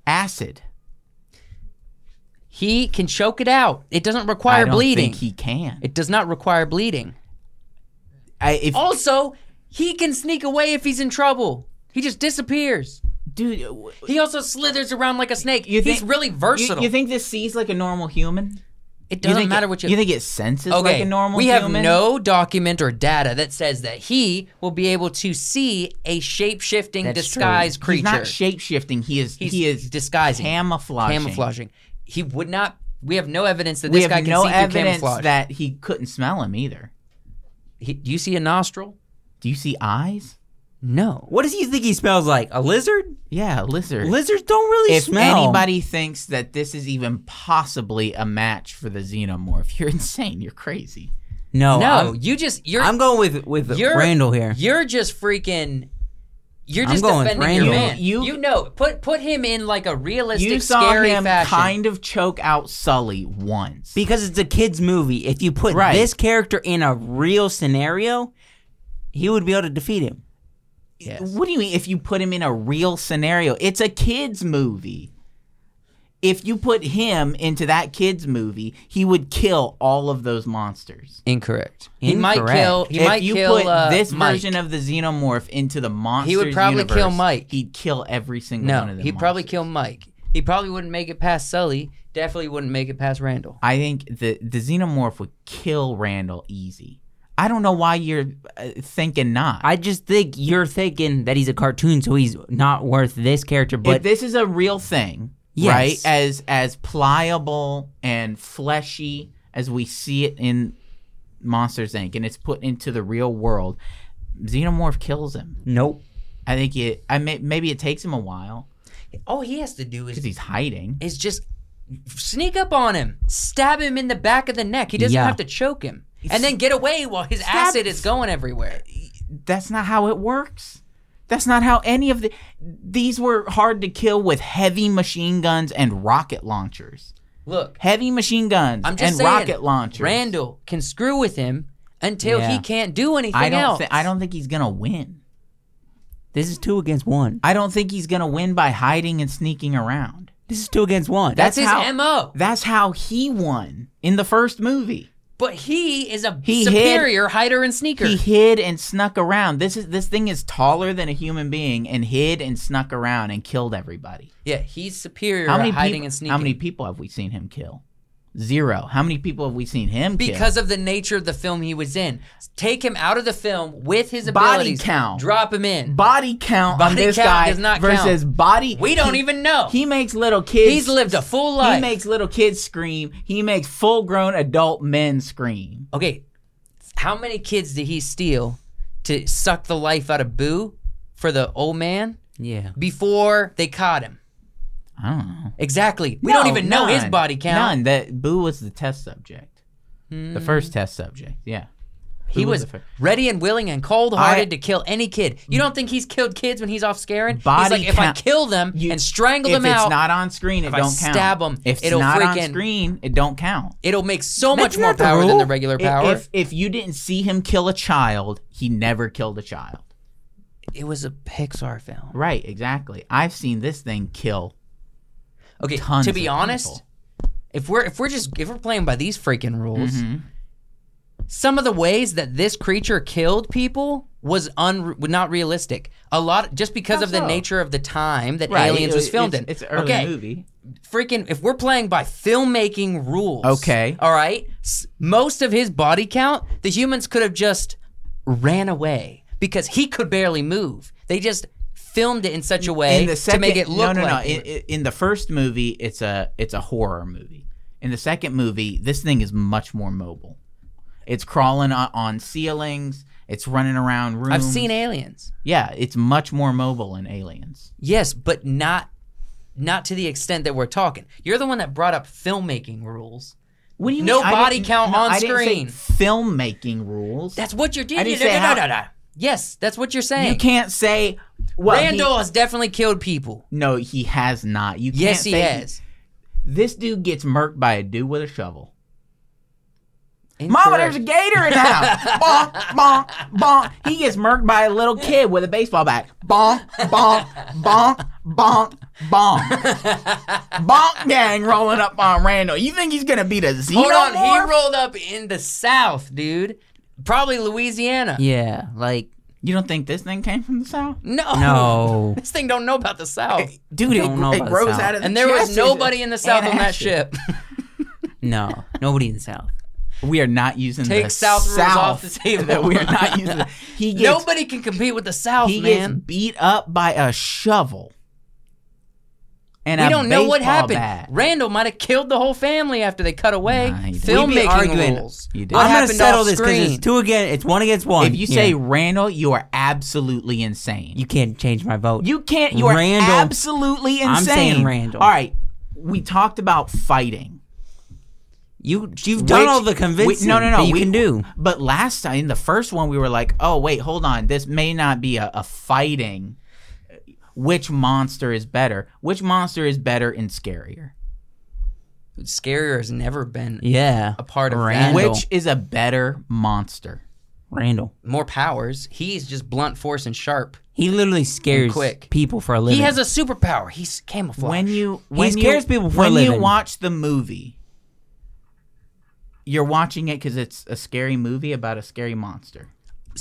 Acid. He can choke it out. It doesn't I require don't bleeding. think he can. it does not require bleeding. I, if, Also, he can sneak away if he's in trouble. He just disappears. dude, w- He also slithers around like a snake. You he's think- really you, versatile. you think this sees like a normal human? it You doesn't think matter it, what you. You think it senses okay, like a normal we have human? no document or data that says that he will be able to see a shape shifting That's disguised He's creature. not shape shifting. He is He's he is disguising, camouflaging. camouflaging. He would not. We have no evidence that We this have guy can no see through evidence camouflage. that he couldn't smell him either. He- do you see a nostril? Do you see eyes? No. what does he think he smells like? A lizard? Yeah, lizard. Lizards don't really if smell. anybody thinks that this is even possibly a match for the xenomorph, you're insane. You're crazy. no, no, I'm, you just you're I'm going with with you're- Randall here. You're just freaking. You're I'm just going defending your Randall. man. You- You, you- know, put put him in like a realistic, you saw scary him fashion. kind of choke out Sully once. Because it's a kids movie. If you put Right. this character in a real scenario, he would be able to defeat him. yes. what do you mean if you put him in a real scenario? It's a kids movie. If you put him into that kids movie, he would kill all of those monsters. Incorrect. He might Incorrect. kill. He if might you kill put uh, this Mike. version of the xenomorph into the monster, probably kill Mike. He'd kill every single No, one of them. he'd probably monsters. kill Mike. He probably wouldn't make it past Sully. Definitely wouldn't make it past Randall. I think the the xenomorph would kill Randall easy. I don't know why you're uh, thinking not. I just think you're thinking that he's a cartoon, so he's not worth this character. if But this is a real thing, Yes. right? As as pliable and fleshy as we see it in Monsters Inc. and it's put into the real world, xenomorph kills him. nope. I think it. I may, maybe it takes him a while All he has to do because is he's hiding. is just sneak up on him, stab him in the back of the neck. He doesn't Yeah. have to choke him, and then get away while his acid is going everywhere. That's not how it works. That's not how any of the these were hard to kill with heavy machine guns and rocket launchers. Look, heavy machine guns I'm just and saying, rocket launchers. Randall can screw with him until Yeah. he can't do anything I don't. else. Th- I don't think he's gonna win. This is two against one. I don't think he's gonna win by hiding and sneaking around. This is two against one. That's, his That's how- mo. That's how he won in the first movie. But he is a He superior hider and sneaker. He hid and snuck around. This is this thing is taller than a human being and hid and snuck around and killed everybody. yeah, he's superior How many at hiding people, and sneaking. How many people have we seen him kill? Zero. How many people have we seen him kill? because of the nature of the film he was in. Take him out of the film with his Body abilities. count. Drop him in. body count on Body this count guy does not count. versus body. we don't he- even know. He makes little kids. he's lived a full He life. makes little kids scream. He makes full grown adult men scream. okay. How many kids did he steal to suck the life out of Boo for the old man Yeah. before they caught him? I don't know. Exactly. We don't No, even know his none. body count. Hmm. None. That Boo was the test subject. The first test subject. Yeah. He Boo was the fir- ready and willing and cold-hearted I- to kill any kid. You don't think he's killed kids when he's off scaring? he's Body like, if I count- kill them You- and strangle if them it's out, not on screen, it if don't I count. stab 'em, If it's it'll not on freaking- screen, it don't count. it'll make so much That's more not the power than the rule. regular I- power. If if you didn't see him kill a child, he never killed a child. it was a Pixar film. Right, exactly. I've seen this thing kill. Okay, tons to be of honest, people. if we're if we're just if we're playing by these freaking rules, Mm-hmm. some of the ways that this creature killed people was un was not realistic. A lot just because How of the so? nature of the time that Aliens It- was filmed it's, in. It's an early okay, movie. freaking if we're playing by filmmaking rules. Okay. All right? s- Most of his body count, the humans could have just ran away because he could barely move. They just filmed it in such a way in the second, to make it look no, no, like no. In, in- in the first movie, it's a it's a horror movie. In the second movie, this thing is much more mobile. It's crawling on, on ceilings. It's running around rooms. I've seen aliens. Yeah, it's much more mobile in Aliens. Yes, but not not to the extent that we're talking. You're the one that brought up filmmaking rules. What do you No mean? I body didn't- count no, on I didn't say screen. filmmaking rules. That's what you're doing. I didn't say No, no, how- no, no, no. Yes, that's what you're saying. you can't say. Well, he- Randall has definitely killed people. no, he has not. You Yes, can't he say has. This dude gets murked by a dude with a shovel. Mama, there's a Incorrect. gator in the house. bonk, bonk, bonk. He gets murked by a little kid with a baseball bat. Bonk, bonk, bonk, bonk, bonk. bonk gang rolling up on Randall. You think he's gonna beat a xenomorph? Hold on, he rolled up in the South, dude. Probably Louisiana. Yeah. Like you don't think this thing came from the south? No, no. this thing don't know about the South. Dude, it, Don't know it about the grows South. out of the And there was chest. nobody in the South And on that ashes. ship. No. Nobody in the south. We are not using Take the South rules off the table. That we are not using. The, he gets nobody can compete with the South, he man. gets beat up by a shovel. And we a don't know what baseball happened. bat. Randall might have killed the whole family after they cut away. Nah, he didn't. We be Filmmaking arguing. rules. You did. What I'm gonna happened settle off this because screen? it's two again. It's one against one. If you say Yeah. Randall, you are absolutely insane. you can't change my vote, You can't. You are Randall. absolutely insane. I'm saying Randall. All right. We talked about fighting. you you've done Which- all the we- convincing. no, no, no. that you we, can do. But last time, in the first one, we were like, "Oh, wait, hold on. This may not be a, a fighting. Which monster is better? Which monster is better and scarier? Scarier has never been Yeah. a part of that. Randall. Which is a better monster? Randall. More powers. He's just blunt force and sharp. He literally scares quick. people for a living. He has a superpower. He's camouflage. When you when scares you, people for a when you living. watch the movie, you're watching it because it's a scary movie about a scary monster.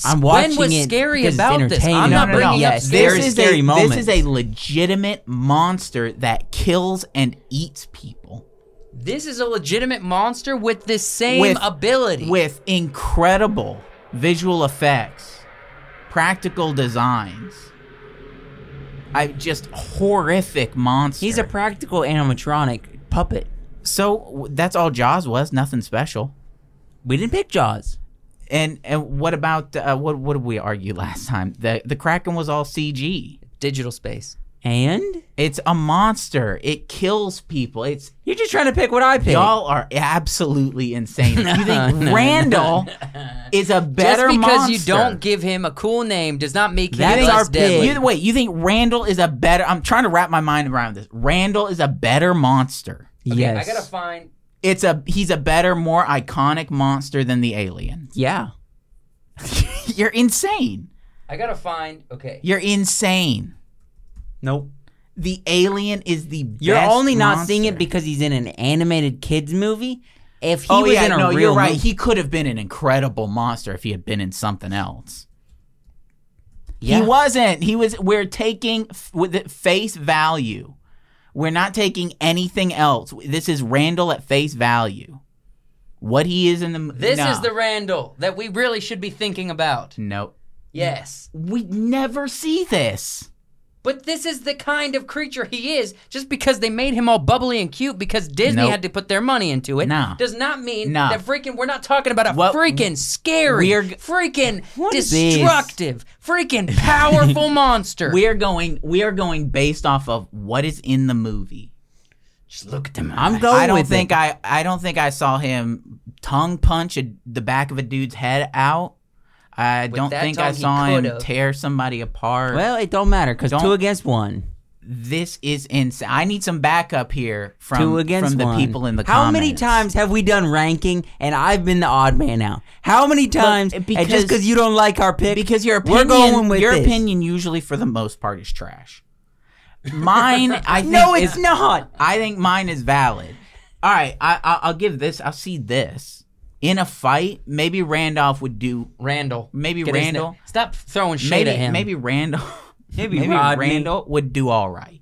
I'm when watching was it scary because it's about this? entertaining. I'm No, not no, no. bringing up Yes, scary there's this is scary a, moments. This is a legitimate monster that kills and eats people This is a legitimate monster with the same With- ability. with incredible visual effects, practical designs. I just horrific monster. He's a practical animatronic puppet. so w- that's all Jaws was. Nothing special. We didn't pick Jaws. And and what about uh, what what did we argue last time? The the Kraken was all CG. digital space. And It's a monster. It kills people. It's you're just trying to pick what I picked. y'all are absolutely insane. If you No, think no, Randall is a better Just because you monster- don't give him a cool name does not make him That is less our deadly. pig. You, wait, you think Randall is a better? I'm trying to wrap my mind around this. Randall is a better monster. Okay, yes. I gotta find. It's a he's a better, more iconic monster than the alien. yeah. You're insane. I gotta find. Okay. You're insane. Nope. The alien is the best You're only not seeing it monster. because he's in an animated kids movie. If he oh, was yeah, in a no, real you're right. movie, He could have been an incredible monster if he had been in something else. Yeah. He wasn't. He was. We're taking f- with it face value. We're not taking anything else. This is Randall at face value. What he is in the m- This no. is the Randall that we really should be thinking about. no. Yes. We never see this. But this is the kind of creature he is. Just because they made him all bubbly and cute because Disney Nope. had to put their money into it, Nah. does not mean Nah. that freaking. We're not talking about a What- freaking scary, we're- freaking is this? destructive, freaking powerful monster. We are going. We are going based off of what is in the movie. Just look at them. I'm eyes. going I don't with think it. I. I don't think I saw him tongue punch a, the back of a dude's head out. I don't that think tongue, I he saw him could've. tear somebody apart. Well, it don't matter because Don't- two against one. this is insane. I need some backup here from two against from the one. people in the How comments. many times have we done ranking and I've been the odd man out? How many times? and because- just because you don't like our pick, because your we're opinion, going with your this. opinion usually for the most part is trash. Mine, I think No, is- it's not. I think mine is valid. All right, I, I I'll give this. I'll see this in a fight. Maybe Randolph would do. Randall. Maybe Get his Randall. na- Stop throwing shade Maybe at him. maybe Randall. Maybe, Maybe Rodman. Randall would do all right.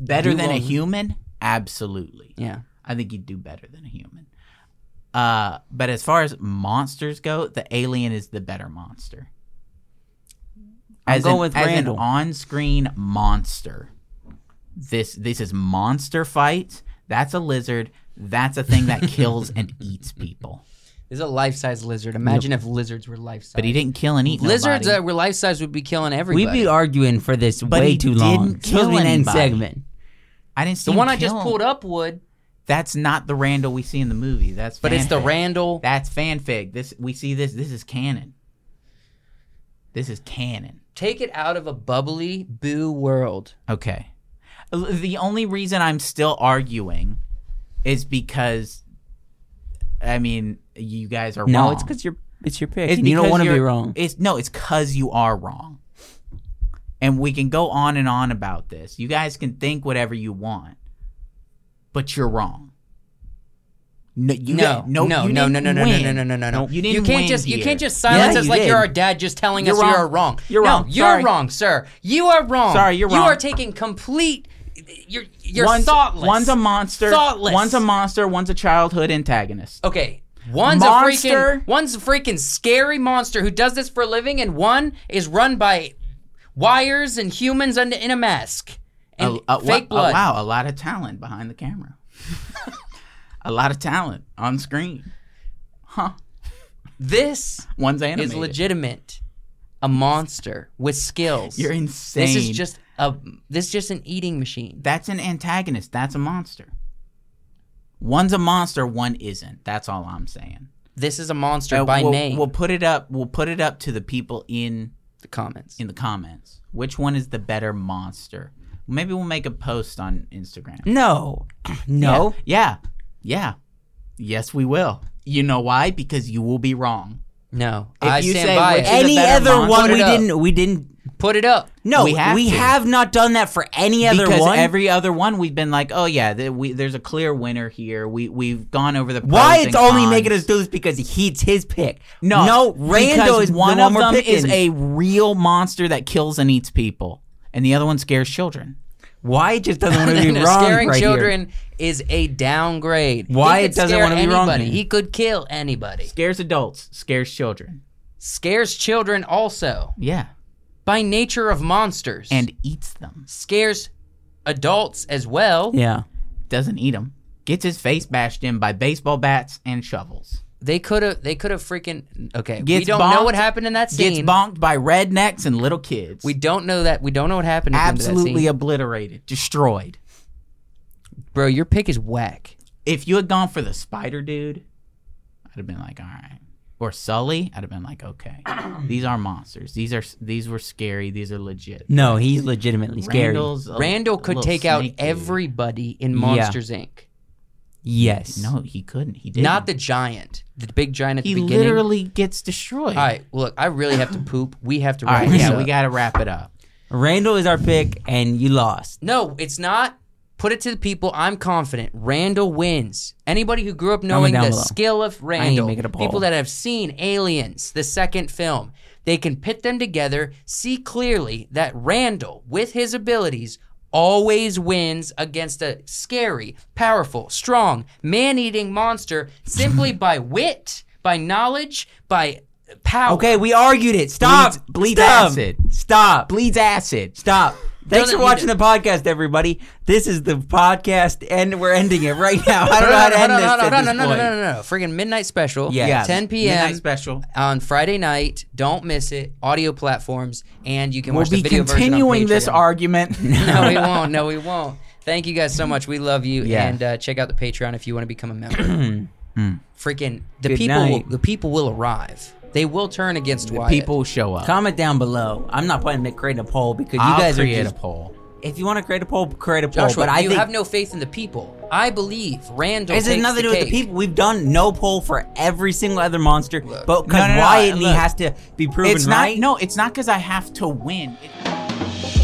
Better Do than a all- human, absolutely. Yeah. I think he'd do better than a human. Uh, but as far as monsters go, the alien is the better monster. I'm an, going with as an Randall. on-screen monster. This this is monster fights. That's a lizard. That's a thing that kills and eats people. This is a life-size lizard. Imagine if lizards were life-size. But he didn't kill and eat Lizards nobody. that were life-size would be killing everybody. We'd be arguing for this But way he too long. didn't It's supposed to be an end kill anybody. segment. I didn't see the him one I just kill- pulled up would, That's not the Randall we see in the movie. That's but it's the fanfic. Randall. That's fanfic. This we see this. This is canon. This is canon. Take it out of a bubbly boo world. Okay. L- The only reason I'm still arguing is because, I mean, you guys are wrong. No, it's because you're it's your pick. and you don't because want to be you're- wrong. It's no, it's because you are wrong. And we can go on and on about this. You guys can think whatever you want, but you're wrong. No, you No, didn't- no, no, you no, no, no, didn't no, no, win. no, no, no, no, no. You didn't can't win just you here. can't just silence Yeah, us you like did. you're our dad just telling You're us you're wrong. wrong. You're no, wrong. You're Sorry. wrong, sir. You are wrong. Sorry, you're You wrong. are taking complete. You're you're thoughtless. One's a monster. Thoughtless. One's a monster. One's a childhood antagonist. Okay. One's a Monster. freaking one's a freaking scary monster who does this for a living, and one is run by wires and humans in, in a mask and A- a- fake wa- a- blood. wow, a lot of talent behind the camera. a lot of talent on screen. Huh? This One's animated. is legitimate. A monster with skills. You're insane. This is just a this is just an eating machine. That's an antagonist. That's a monster. One's a monster. One isn't. That's all I'm saying. This is a monster Uh, by we'll, name. We'll put it up. We'll put it up to the people in the comments. in the comments. Which one is the better monster? Maybe we'll make a post on Instagram. No. No. Yeah. Yeah. Yes, we will. You know why? Because you will be wrong. No, If I you stand say by which it. is a Any better other monster? one Put we it up. didn't we didn't Put it up. No, We we have have, to. not done that for any other because one. every other one we've been like, oh yeah, th- we, there's a clear winner here. We we've gone over the pros Why and it's only cons. making us do this because he's his pick. no No, Rando because is one the of one we're them is picking. a real monster that kills and eats people, and the other one scares children. Why it just doesn't want to be No, wrong scaring right here. children is a downgrade. Why He it could doesn't scare wanna be wrong anybody. then? He could kill anybody. Scares adults, scares children. Scares children also Yeah, by nature of monsters, and eats them. scares adults as well. Yeah. Doesn't eat them. Gets his face bashed in by baseball bats and shovels. They could have. They could have freaking. Okay, we Gets don't know bonked, what happened in that scene. Gets bonked by rednecks and little kids. we don't know that. We don't know what happened. at the end of that absolutely scene. obliterated, destroyed. bro. Your pick is whack. if you had gone for the spider dude, I'd have been like, all right. Or Sully, I'd have been like, okay. these are monsters. These are these were scary. These are legit. No, he's legitimately scary. Randall's a- Randall a could little take out snake dude. everybody in Monsters Inc. Yes. No, he couldn't. He didn't. Not the giant, the big giant at He the beginning. literally gets destroyed. All right, look, I really have to poop. We have to. All right, wrap this yeah, up. we got to wrap it up. Randall is our pick and you lost. No, it's not. Put it to the people. I'm confident. Randall wins. Anybody who grew up Comment knowing down the below. skill of Randall, make it a poll. people that have seen Aliens, the second film, they can pit them together, see clearly that Randall, with his abilities, always wins against a scary, powerful, strong, man eating monster simply by wit, by knowledge, by power. Okay, we argued it. Stop. Bleeds- bleeds Stop. acid. Stop. Bleeds acid. Stop. Thanks no, for you watching the don't- podcast, everybody. This is the podcast, and we're ending it right now. I don't know how to Hold end on, this hold on, hold at on, this no, no, point. no, no, no, no. Friggin' midnight special. Yeah. Yeah, 10 p.m. midnight special. on Friday night. Don't miss it. Audio platforms, and you can We'll watch the be video version continuing on this Patreon. argument. no, we won't. No, we won't. Thank you guys so much. We love you, Yeah. and uh, check out the Patreon if you want to become a member. Freaking the Hmm. Good people! Will, night. the people will arrive. They will turn against Wyatt. People show up. Comment down below. I'm not planning to create a poll because you I'll guys are create just. a poll. If you want to create a poll, create a poll. Joshua, but I you think have no faith in the people. I believe Randall. This has takes nothing to the do with the cake. people. We've done no poll for every single other monster, Look. but because No, no, no, Wyatt and me look. has to be proven It's right. not. No, it's not because I have to win. It-